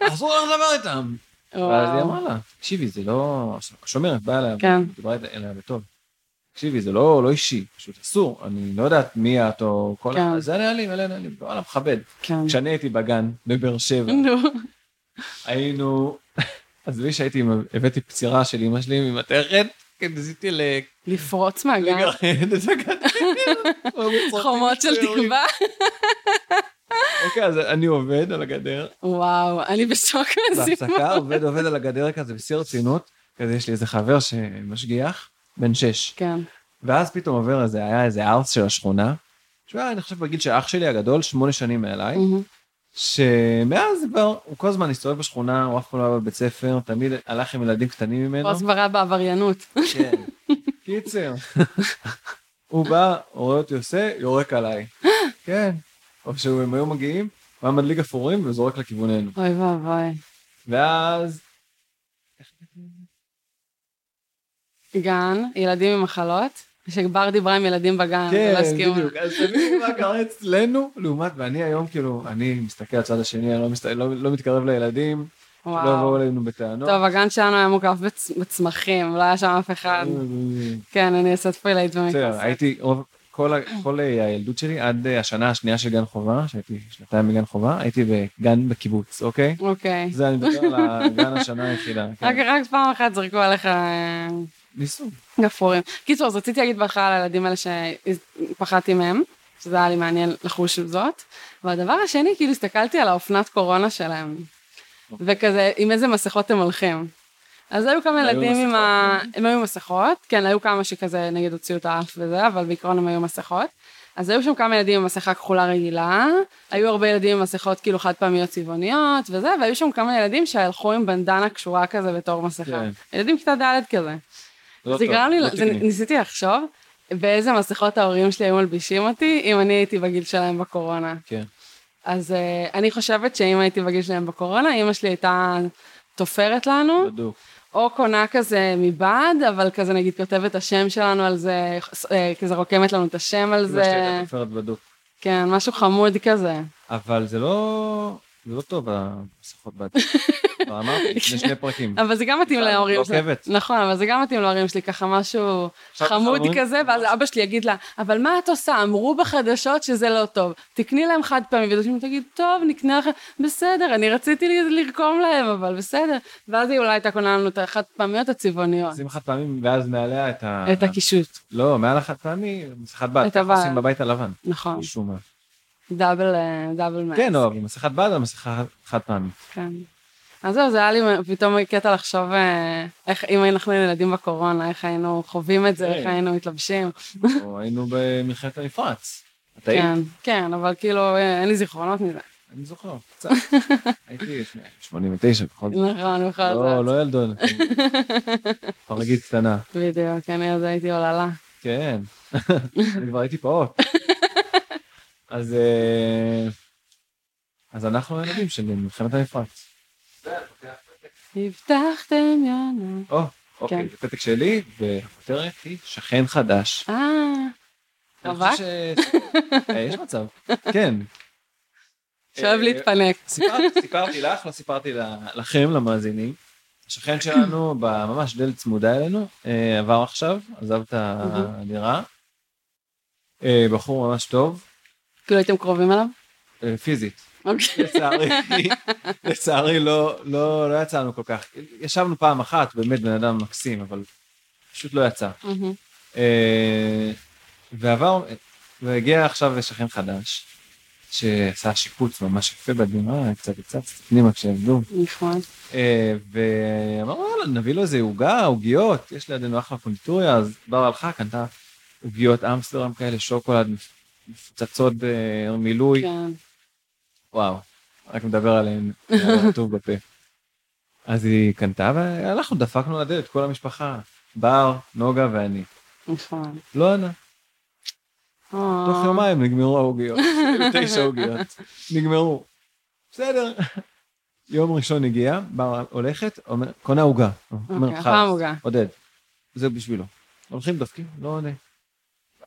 אסור לך לדבר איתם. ואז היא וואו. אמרה לה, תקשיבי, זה לא... השומרת באה אליה, כן. דיברה אליה בטוב. תקשיבי, זה לא לא אישי, פשוט אסור, אני לא יודעת מי את או כל... כן. זה הנהלים, אלה הנהלים, וואלה, מכבד. כן. כשאני הייתי בגן בבאר שבע, נו. היינו... עזבי שהייתי, עם- הבאתי פצירה של אמא שלי ממתכת, כי ניסיתי ל- לפרוץ מהגן. לגרד את הגדר. כן. חומות של תקווה. אוקיי, אז אני עובד על הגדר, וואו, אני בשוק בהפסקה מהסיפור. עובד עובד על הגדר כזה בשיא הרצינות, כזה יש לי איזה חבר שמשגיח, בן שש. כן. ואז פתאום עובר איזה, היה איזה ארס של השכונה, שהוא היה, אני חושב, בגיל של אח שלי הגדול, שמונה שנים מעליי, מהמם. שמאז כבר, הוא כל הזמן הסתובב בשכונה, הוא אף פעם לא היה בבית ספר, תמיד הלך עם ילדים קטנים ממנו. פרוס ברע בעבריינות. כן. קיצר, הוא בא, הוא רואה אותי עושה, יורק עליי. כן. או שהם היו מגיעים, הוא היה מדליק אפורים וזורק לכיווננו. אוי ואבוי. ואז... גן, ילדים עם מחלות, שבר דיברה עם ילדים בגן, לא ולא הסכימו. כן, בדיוק. אז תביני מה קרה אצלנו, לעומת, ואני היום כאילו, אני מסתכל על הצד השני, אני לא מסת- לא לא מתקרב לילדים, וואו. לא יבואו אלינו בטענות. טוב, הגן שלנו היה מוקף בצ- בצמחים, לא היה שם אף אחד. כן, אני עושה פרילייט אה, בסדר, במקרה. הייתי, רוב- כל ה- כל הילדות שלי, עד אה, השנה השנייה של גן חובה, שהייתי שנתיים בגן חובה, הייתי בגן בקיבוץ, אוקיי? אוקיי. זה אני מדבר על הגן השנה היחידה. כן. רק רק פעם אחת זרקו עליך אה, ניסו. גפרורים. קיצור, אז רציתי להגיד בהתחלה על הילדים האלה שפחדתי מהם, שזה היה לי מעניין לחוש זאת. והדבר השני, כאילו הסתכלתי על האופנת קורונה שלהם, אוקיי. וכזה, עם איזה מסכות הם הולכים. אז היו כמה היו ילדים עם ה... מסכות? הם היו עם מסכות, כן, היו כמה שכזה, נגיד הוציאו את האף וזה, אבל בעיקרון הם היו עם מסכות. אז היו שם כמה ילדים עם מסכה כחולה רגילה, היו הרבה ילדים עם מסכות כאילו חד פעמיות צבעוניות וזה, והיו שם כמה ילדים שהלכו עם בנדנה קשורה כזה בתור מסכה. כן. ילדים כיתה ד' כזה. לא זה טוב, גרם לי, לא זה- תקני. ניסיתי לחשוב באיזה מסכות ההורים שלי היו מלבישים אותי, אם אני הייתי בגיל שלהם בקורונה. כן. אז אה, אני חושבת שאם הייתי בגיל שלהם בקורונה, אימא שלי הייתה תופרת לנו, בדוק. או קונה כזה מבעד, אבל כזה נגיד כותבת את השם שלנו על זה, אה, כזה רוקמת לנו את השם על זה... זה, בדוק. כן, משהו חמוד כזה. אבל זה לא... זה לא טוב, המסכות בעד. כבר אמרתי, לפני שני פרקים. כן. אבל זה גם מתאים בכלל, להורים לא שלי. עוקבת. נכון, אבל זה גם מתאים להורים שלי, ככה משהו עכשיו חמוד אומרים- כזה, ואז אבא שלי יגיד לה, אבל מה את עושה? אמרו בחדשות שזה לא טוב. תקני להם חד פעמי, ודושים תגיד, טוב, נקנה לך, בסדר, אני רציתי ל- לרקום להם, אבל בסדר. ואז היא אולי הייתה קונה לנו את החד פעמיות הצבעוניות, עושים חד פעמים, ואז מעליה את ה... את הקישוט, לא, מעל החד פעמי, מסכת בד. את הבד. עושים בבית הלבן. נכון. משום מה. דאבל, אה, דאבל מאס. כן, לא, אבל מסכת בד או מסכה חד פעמי. כן. אז זהו, זה היה לי פתאום קטע לחשוב אה, איך, אם אנחנו היינו ילדים בקורונה, איך היינו חווים את זה, כן. איך היינו מתלבשים. או היינו במלחמת המפרץ. את היית? כן, כן, אבל כאילו, אה, אין לי זיכרונות מזה. אני זוכר, קצת. הייתי לפני 89 בכל זאת. נכון, בכל לא, זאת. לא ילדון. פרגית קטנה. בדיוק, אני אז הייתי עוללה. כן, אני כבר הייתי פעוט. אז אה, אז אנחנו הילדים של מלחמת המפרץ. הבטחתם יונו. או, אוקיי, כן. זה פתק שלי, והכותרת היא שכן חדש. אה, אני רווק? חושב ש- אה, יש מצב, כן. שאוהב אה, להתפנק. סיפרתי- סיפרתי לך, לא סיפרתי ל- לכם, למאזינים. השכן שלנו, ממש דלת צמודה אלינו, אה, עבר עכשיו, עזב את הדירה. אה, בחור ממש טוב, כאילו הייתם קרובים אליו? אה, פיזית. אוקיי. לצערי, לצערי לא, לא, לא יצאנו כל כך. ישבנו פעם אחת, באמת בן אדם מקסים, אבל פשוט לא יצא. מהמם. אה, ועבר, והגיע עכשיו שכן חדש, שעשה שיפוץ ממש יפה בדירה, קצת הצץ פנימה כשעבדו, נחמד. אה, ואמרנו, יאללה, נביא לו איזה עוגה, עוגיות, יש לידינו אחלה קונדיטוריה, אז בר הלכה, קנתה עוגיות אמסטרם כאלה, שוקולד, מפוצצות במילוי. כן. וואו, רק מדבר עליהן, היה לו טוב בפה. אז היא קנתה והלכנו, דפקנו על הדלת, כל המשפחה, בר, נוגה ואני. נחמד. לא ענה. נכון. לא אה, תוך יומיים נגמרו העוגיות, היו תשע עוגיות, נגמרו. בסדר. יום ראשון הגיע, בר הולכת, אומר, קונה עוגה. אומר, אוקיי, "חס, הפעם עוגה. עודד, זה בשבילו. הולכים, דופקים, לא עונה.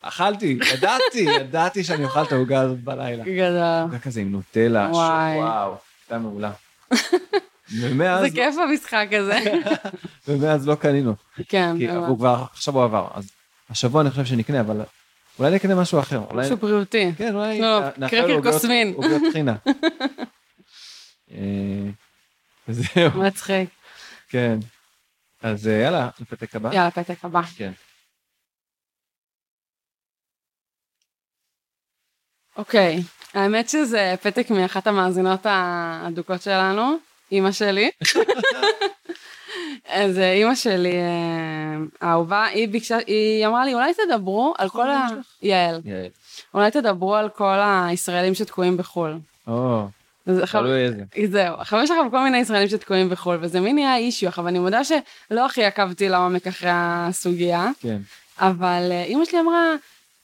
אכלתי, ידעתי, ידעתי שאני אוכל את העוגה הזאת בלילה. גדול. היה כזה עם נוטלה, ש- וואי. וואו, הייתה מעולה. ומאז, זה כיף המשחק הזה. ומאז לא קנינו, כן, כי אבל- הוא כבר, עכשיו הוא עבר, אז השבוע אני חושב שנקנה, אבל אולי נקנה משהו אחר, אולי, משהו בריאותי. כן, אולי, לא, נאכל לו קרקר עוגיות- קוסמין. עוגיות טחינה. אה, זהו, מצחיק. כן. אז אה, יאללה, לפתק הבא. יאללה, פתק הבא. כן. אוקיי, האמת שזה פתק מאחת המאזינות האדוקות שלנו, אימא שלי. אז אה, אימא שלי, אה, האהובה, היא ביקשה, היא אמרה לי, אולי תדברו על כל ה... אימא שלך? יעל. יעל. אולי תדברו על כל הישראלים שתקועים בחו"ל. או, אז עכשיו- תלוי איזה. זהו, עכשיו יש לכם כל מיני ישראלים שתקועים בחו"ל, וזה מין נהיה אישיו, עכשיו אני מודה שלא הכי עקבתי לעומק אחרי הסוגיה, כן. אבל אה, אימא שלי אמרה,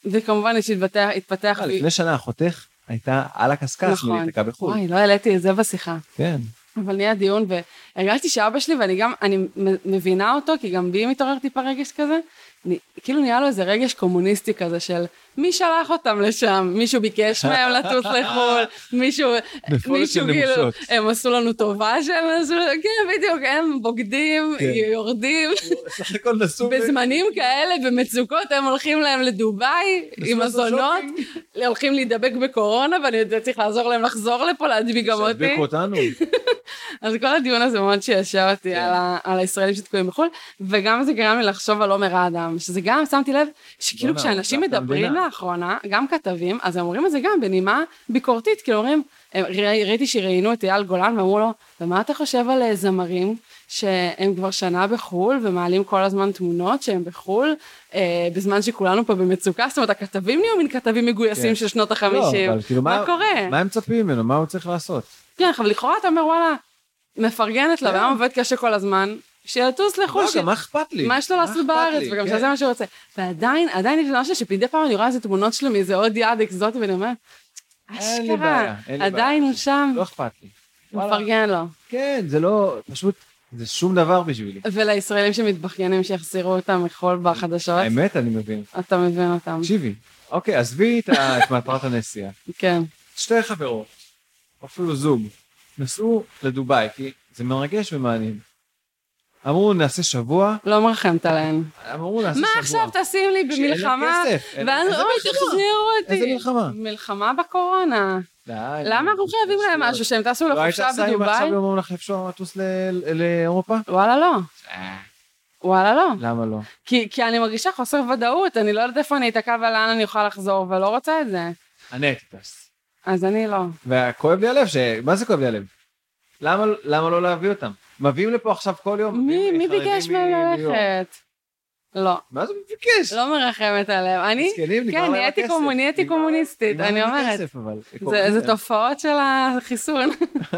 וכמובן יש התפתח, התפתח אה, בי- לפני שנה אחותך הייתה על הקשקש, והיא נכון. התקעה בחו"ל. וואי, לא העליתי את זה בשיחה. כן. אבל נהיה דיון, והרגשתי שאבא שלי, ואני גם, אני מ- מבינה אותו, כי גם בי מתעורר טיפה רגש כזה, נ- כאילו נהיה לו איזה רגש קומוניסטי כזה של מי שלח אותם לשם, מישהו ביקש מהם לטוס לחו"ל, מישהו, נפולת מישהו של כאילו, נמושות. הם עשו לנו טובה שהם עשו, כן, בדיוק, הם בוגדים, כן. יורדים, סך הכל נסעו... בזמנים כאלה, במצוקות, הם הולכים להם לדובאי עם לעשות הזונות, הולכים להידבק בקורונה, ואני צריך לעזור להם לחזור לפה, להדביק גם אותי. שהדביקו אותנו. אז כל הדיון הזה מאוד שישב אותי כן. על, ה, על הישראלים שתקועים בחו"ל, וגם זה גרם לי לחשוב על עומר האדם, שזה גם, שמתי לב, שכאילו בוא'נה, כשאנשים עובדת מדברים המדינה. לאחרונה, גם כתבים, אז הם אומרים את זה גם בנימה ביקורתית, כאילו אומרים, הם, ראי- ראיתי שראיינו את אייל גולן ואמרו לו, ומה אתה חושב על אה, זמרים שהם כבר שנה בחו"ל ומעלים כל הזמן תמונות שהם בחו"ל, אה, בזמן שכולנו פה במצוקה, זאת אומרת, הכתבים נהיו מין כתבים מגויסים כן. של שנות לא, החמישים, אבל כאילו, מה קורה? מה הם מצפים ממנו? מה הוא צריך לעשות? כן, אבל לכאורה אתה אומר, וואלה, מפרגנת לה, כן. והיום עובד קשה כל הזמן, שיטוס לחו"ל, רגע, לא, מה אכפת לי? נכון, מה יש לו לעשות אכפת בארץ, לי? וגם כן. שזה מה שהוא רוצה. ועדיין, עדיין יש לי משהו שמדי פעם אני רואה איזה תמונות שלו מאיזה עוד יעד אקזוטי, ואני אומרת, אין לי בעיה, אשכרה, אין לי עדיין הוא שם, לא אכפת לי. וואלה. מפרגן לו. כן, זה לא, פשוט, זה שום דבר בשבילי. ולישראלים שמתבכיינים שיחזירו אותם מחול בחדשות, האמת, אני מבין. אתה מבין אותם. תקשיבי, אוקיי, עזבי את ה- את מטרת הנסיעה. כן, שתי חברות, או אפילו זוג, נסעו לדובאי, כי זה מרגש ומעניין. אמרו, נעשה שבוע, לא מרחמת עליהם. אמרו, נעשה מה שבוע. עכשיו תשים לי שאין לה במלחמה? כסף, אין לה- ואז איזה אוי, מלחמה? תחזירו אותי. איזה מלחמה? מלחמה בקורונה. די, למה אנחנו חייבים להם שטויות. משהו, שהם טסו לא היית לחופשה עושה אם בדובאי? עכשיו הם אומרים לך אפשר לטוס ל- ל- לאירופה? וואלה לא. וואלה לא. אה, למה לא? כי, כי אני מרגישה חוסר ודאות, אני לא יודעת איפה אני אתקע ולאן אני אוכל לחזור, ולא רוצה את זה. אני הייתי טס. אז אני לא. וכואב לי הלב, ש... מה זה כואב לי הלב? למה, למה לא להביא אותם? מביאים לפה עכשיו כל יום. מי, מביאים מי חרדים ביקש מ- מהם מניו יורק. ללכת? לא, מה זה ביקש? לא מרחמת עליהם. אני, מסכנים, נגמר כן, להם נהייתי הכסף. קומוני- נהייתי נגמר- קומוניסטית, נגמר אני להם אומרת. הכסף, אבל- זה, קומוניסטית. זה תופעות של החיסון.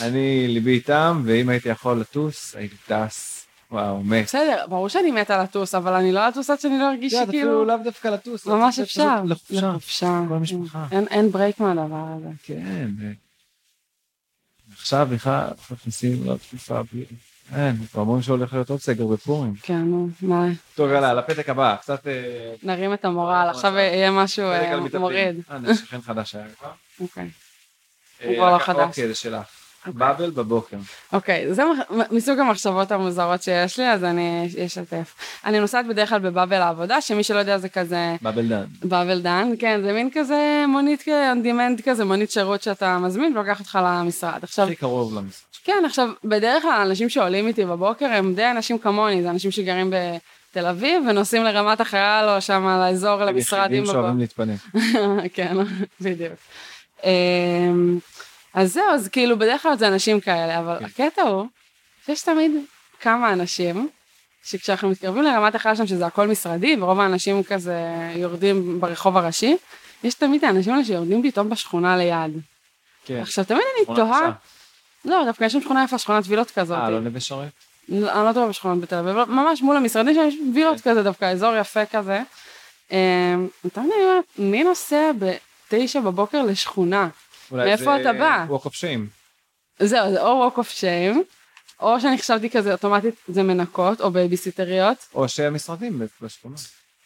אני ליבי איתם, ואם הייתי יכול לטוס, הייתי טס. וואו, מת. בסדר, ברור שאני מתה לטוס, אבל אני לא אטוס עד שאני לא את ארגיש יודעת, אפילו שכאילו... לאו דווקא לטוס. ממש פשוט אפשר. לחופשה. לחופשה. כל המשפחה. אין, אין ברייק מהדבר הזה. כן. ו- עכשיו בכלל מכניסים לא תקופה בלי... אין, כבר אומרים שהולך להיות עוד סגר בפורים. כן, נו, מה, טוב, יאללה, לפתק הבא, קצת... אה, נרים את המורל, עכשיו יהיה משהו פתק אה, לא. על מתאבדים. מוריד. אה, זה שכן חדש היה כבר. אוקיי. אה, כבר לא לקח- חדש. אוקיי, זה שלך. באבל בבוקר. אוקיי, זה מח- מסוג המחשבות המוזרות שיש לי, אז אני אשתף. אני נוסעת בדרך כלל בבאבל העבודה, שמי שלא יודע זה כזה באבל דן. באבל דן, כן, זה מין כזה מונית on demand כזה, מונית שירות שאתה מזמין ולוקח אותך למשרד. עכשיו, הכי קרוב למשחק. כן, עכשיו, בדרך כלל האנשים שעולים איתי בבוקר הם די אנשים כמוני, זה אנשים שגרים בתל אביב ונוסעים לרמת החייל או שם לאזור, למשרדים יחידים בבוקר. שאוהבים להתפנק. כן, בדיוק. אמ, אז זהו, אז כאילו בדרך כלל זה אנשים כאלה, אבל כן. הקטע הוא שיש תמיד כמה אנשים, שכשאנחנו מתקרבים לרמת החלל שם, שזה הכל משרדי, ורוב האנשים כזה יורדים ברחוב הראשי, יש תמיד את האנשים האלה שיורדים פתאום בשכונה ליד. כן. עכשיו, תמיד אני שכונה תוהה, קשה. לא, דווקא יש שם שכונה יפה, שכונת וילות כזאת. אה, לא נווה שרת? לא, אני לא טובה בשכונות בתל אביב, אבל ממש מול המשרדים שם יש וילות כזה דווקא, אזור יפה כזה. אמ, ותמיד אני אומרת, מי נוסע בתשע בבוקר לשכונה? אולי מאיפה זה אה, אתה בא? ווק אוף שיים. זהו, זה או walk of shame, או שאני חשבתי כזה אוטומטית זה מנקות, או בייביסיטריות. או שהמשרדים בשכונה.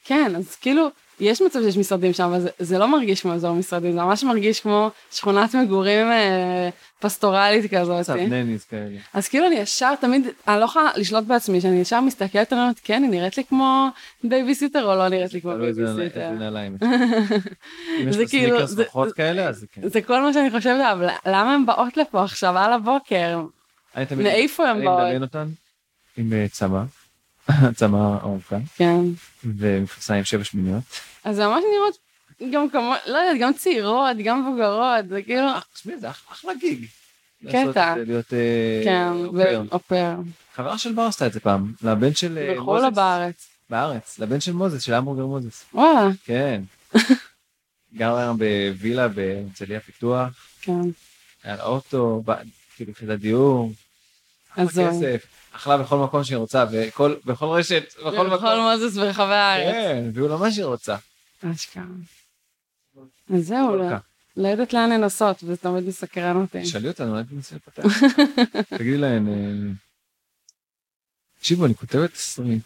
כן, אז כאילו, יש מצב שיש משרדים שם, אבל זה, זה לא מרגיש כמו אזור משרדים, זה ממש מרגיש כמו שכונת מגורים אה, פסטורלית כזאת. קצת נניז כאלה. אז כאילו אני ישר תמיד, אני לא יכולה לשלוט בעצמי, שאני ישר מסתכלת עליהם, כן, היא נראית לי כמו בייביסיטר או לא נראית לי כמו תלוי איזה בייביסיטר. איזה נעליים. אם יש זה לך כאילו- סניקרס זה- רוחות כאלה, אז זה כן. זה כל מה שאני חושבת עליו, למה הן באות לפה עכשיו על הבוקר? אני תמיד... מאיפה הן אני באות? מדמיין אותן עם אה, צמא, צמא ארוכה, כן. ומכנסיים שבע שמיניות. אז זה ממש נראות גם כמו, לא יודעת, גם צעירות, גם מבוגרות, זה כאילו, תשמעי, זה אח- אחלה גיג. קטע. לעשות את זה, להיות אה, כן, אופר. ו- אופר. חברה של בר עשתה את זה פעם, לבן של אה, בחו"ל או מוזס. בארץ? בארץ, לבן של מוזס, של המבורגר מוזס. וואלה, כן. גר בווילה בהרצליה פיתוח, כן, היה לה אוטו, ב- כאילו יחידת דיור, הזוי. כסף, אכלה בכל מקום שהיא רוצה, וכל- בכל רשת, בכל בכל מקום. לא מוזס ברחבי הארץ. כן, והביאו לה מה שהיא רוצה. אשכרה. אז זהו, לא- אורכה. לא יודעת לאן לנסות, וזה תמיד מסקרן אותי. תשאלי אותנו, מה אתם מנסים לפתח? תגידי להן, אה, תקשיבו, אני כותבת תסריט.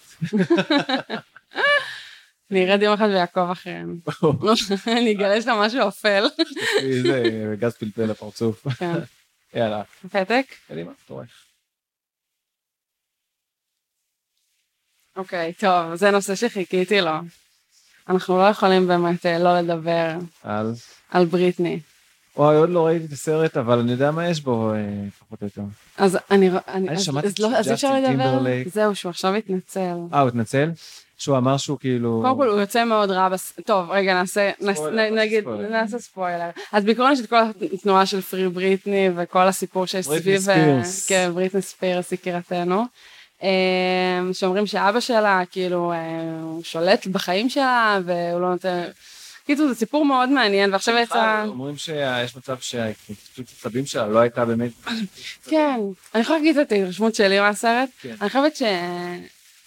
נרד יום אחד ויעקוב אחריהם. אני אגלה שם משהו אפל. תעשי איזה גז פלפל לפרצוף. כן. יאללה, פתק? קדימה, תורך. אוקיי, טוב, זה נושא שחיכיתי לו. אנחנו לא יכולים באמת אה, לא לדבר אז, על בריטני. וואי, עוד לא ראיתי את הסרט, אבל אני יודע מה יש בו, אה, פחות או יותר. אז אני... ר- אני אני אז- אה, שמעתי אז לא- אז אי אפשר שג'סטין לדבר? טימברלייק- זהו, שהוא עכשיו התנצל. אה, הוא התנצל? שהוא אמר שהוא כאילו... קודם כל הוא יוצא מאוד רע בס... טוב, רגע, נעשה, נס- ספוילר, נ- נעשה נגיד, ספוילר. נעשה ספוילר. אז בעיקרון יש את כל התנועה של פרי בריטני וכל הסיפור שיש סביב... בריטני ספירס. כן, בריטני ספירס, יקירתנו. אה, שאומרים שאבא שלה, כאילו, אה, הוא שולט בחיים שלה, והוא לא נותן... קיצור, זה סיפור מאוד מעניין, ועכשיו יצא... בכלל, לא. אומרים שיש מצב שההתפוצצות עצבים שלה לא הייתה באמת... כן, אני יכולה להגיד את ההתרשמות שלי מהסרט. כן. אני חושבת ש...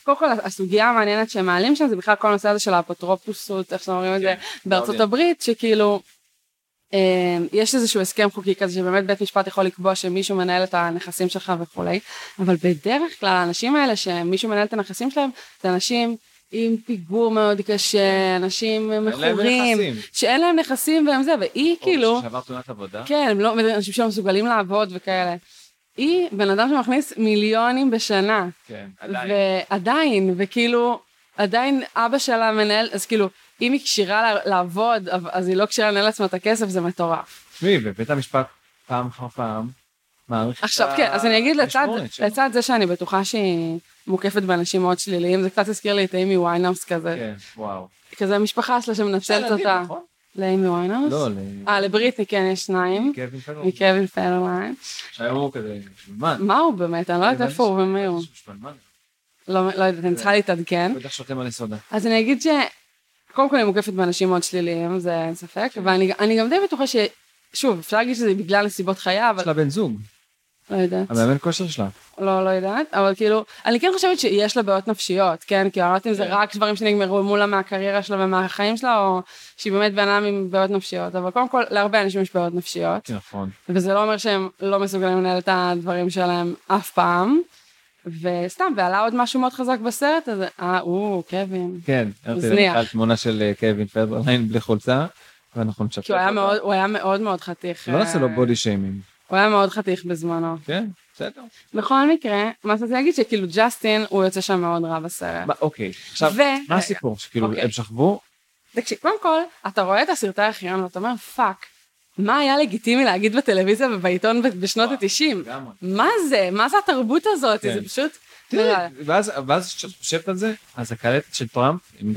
קודם כל, הסוגיה המעניינת שמעלים שם זה בכלל כל הנושא הזה של האפוטרופוסות, איך שאומרים את זה, כן, בארצות גרדיאן. הברית, שכאילו, אה, יש איזשהו הסכם חוקי כזה שבאמת בית משפט יכול לקבוע שמישהו מנהל את הנכסים שלך וכולי, אבל בדרך כלל האנשים האלה שמישהו מנהל את הנכסים שלהם, זה אנשים עם פיגור מאוד קשה, אנשים אין להם מכורים, נכסים. שאין להם נכסים והם זה, והיא כאילו... או שעבר תאונת עבודה. כן, הם לא, אנשים שלא מסוגלים לעבוד וכאלה. היא בן אדם שמכניס מיליונים בשנה. כן, עדיין. ועדיין, וכאילו, עדיין אבא שלה מנהל, אז כאילו, אם היא כשירה לה- לעבוד, אבל- אז היא לא כשירה לנהל לעצמה את הכסף, זה מטורף. תשמעי, בבית המשפט פעם אחר פעם מעריך את עכשיו כן, אז אני אגיד לצד, המשמורת שלו. לצד זה שאני בטוחה שהיא מוקפת באנשים מאוד שליליים, זה קצת הזכיר לי את אימי ויינאוס כזה, כן, וואו. כזה המשפחה שלה שמנצלת ילדים, אותה. נכון? לאימי ויינאוס? לא, כן. אה, לבריטני כן, יש שניים, לקווין פלון. מקווין פלרליין. שהיום הוא כזה שולמן. מה הוא באמת? אני לא יודעת איפה הוא ומי הוא. שולמן. לא, לא יודעת, אני צריכה כן. להתעדכן. בטח שולחים לא על יסודה. אז אני אגיד ש... קודם כל היא מוקפת באנשים מאוד שליליים, זה אין ספק, כן. ואני אני גם די בטוחה ש... שוב, אפשר להגיד שזה בגלל נסיבות חייה, אבל יש לה בן זוג, לא יודעת. המאמן כושר שלה. לא, לא יודעת, אבל כאילו, אני כן חושבת שיש לה בעיות נפשיות, כן? כי אני לא יודעת אם זה כן. רק דברים שנגמרו מולה מהקריירה שלה ומהחיים שלה, או שהיא באמת בן אדם עם בעיות נפשיות, אבל קודם כל, להרבה אנשים יש בעיות נפשיות, כן, נכון. וזה לא אומר שהם לא מסוגלים לנהל את הדברים שלהם אף פעם, וסתם, ועלה עוד משהו מאוד חזק בסרט הזה, אה, או, קווין. כן, הרצל זניח. לקחה תמונה של אה, קווין פלרליין בלי חולצה, ואנחנו נשפט. כי הוא היה אותה. מאוד, הוא היה מאוד מאוד חתיך. לא נעשה לו אה, בודי שיימינג. הוא היה מאוד חתיך בזמנו. כן, בסדר. בכל מקרה, מה שרציתי להגיד שכאילו ג'סטין, הוא יוצא שם מאוד רע בסרט. מה, אוקיי, עכשיו, ו- מה הסיפור? שכאילו, אוקיי. הם שכבו? תקשיב, קודם כל, אתה רואה את הסרטי הארכיון ואתה אומר, פאק, מה היה לגיטימי להגיד בטלוויזיה ובעיתון ב- בשנות וואו, ה-90? לגמרי. מה זה? מה זה התרבות הזאת? כן. זה פשוט... לא תראי, ואז- ואז כשאת חושבת על זה, אז הקלטת של טראמפ, עם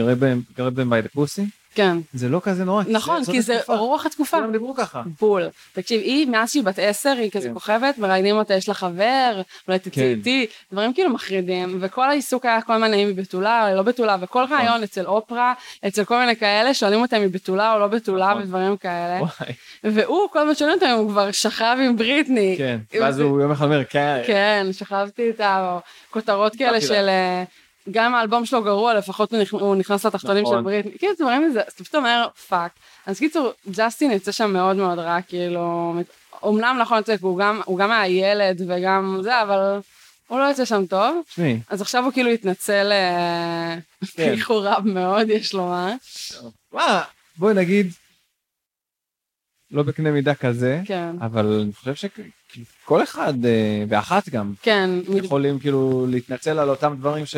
גרבן ביי דה פוסי, כן. זה לא כזה נורא. נכון, זאת כי זה כן. התקופה. רוח התקופה. כולם דיברו ככה. בול. תקשיב, היא, מאז שהיא בת עשר, היא כזה כן. כוכבת, מראיינים אותה, יש לה חבר, אולי תצאי כן. איתי, דברים כאילו מחרידים, וכל העיסוק היה כל מיני אם היא בתולה או לא בתולה, וכל נכון. רעיון אצל אופרה, אצל כל מיני כאלה, שואלים אותה אם היא בתולה או לא בתולה נכון. ודברים כאלה, וואי, והוא, כל הזמן שואלים אותו אם הוא כבר שכב עם בריטני. כן. אם ואז זה- הוא יום אחד אומר, כן, כן, שכבתי איתה, או כותרות כאלה נתתי לה. של... אה, גם האלבום שלו גרוע, לפחות הוא נכ- הוא נכנס לתחתונים של נכון. בריטני. כאילו, דברים מזה, אז אתה פשוט אומר, פאק. אז קיצור, ג'סטין יוצא שם מאוד מאוד רע, כאילו... מת- אומנם נכון, אתה יודע, הוא גם- הוא גם היה ילד נכון. וגם זה, אבל הוא לא יוצא שם טוב. תשמעי, אז עכשיו הוא כאילו התנצל, אה, כן. באיחור רב מאוד, יש לומר. מה, בואי נגיד, לא בקנה מידה כזה, כן. אבל אני חושב שכל אחד, אה, ואחת גם, כן, מד- יכולים כאילו להתנצל על אותם דברים ש...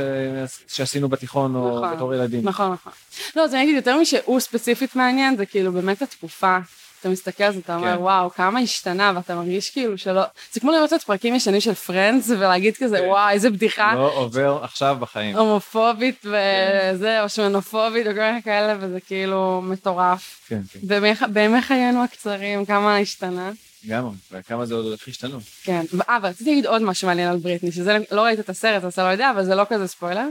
שעשינו בתיכון או נכון. בתור ילדים. נכון, נכון. לא, אז אני אגיד יותר משהוא ספציפית מעניין, זה כאילו באמת התקופה. אתה מסתכל על זה, אתה אומר, כן. וואו, כמה השתנה, ואתה מרגיש כאילו שלא... זה כמו לראות את פרקים ישנים של פרנדס, ולהגיד כזה, כן. וואו, איזה בדיחה לא כן. עובר עכשיו בחיים. הומופובית וזה, או שמנופובית, או כל מיני כאלה, וזה כאילו מטורף. כן, כן, בימי ח- בימי חיינו הקצרים, כמה השתנה. לגמרי, וכמה זה עוד הולך להשתנות. כן, ו- אה, ורציתי להגיד עוד משהו מעניין על בריטני, שזה, לא ראית את הסרט, אז אתה לא יודע, אבל זה לא כזה ספוילר.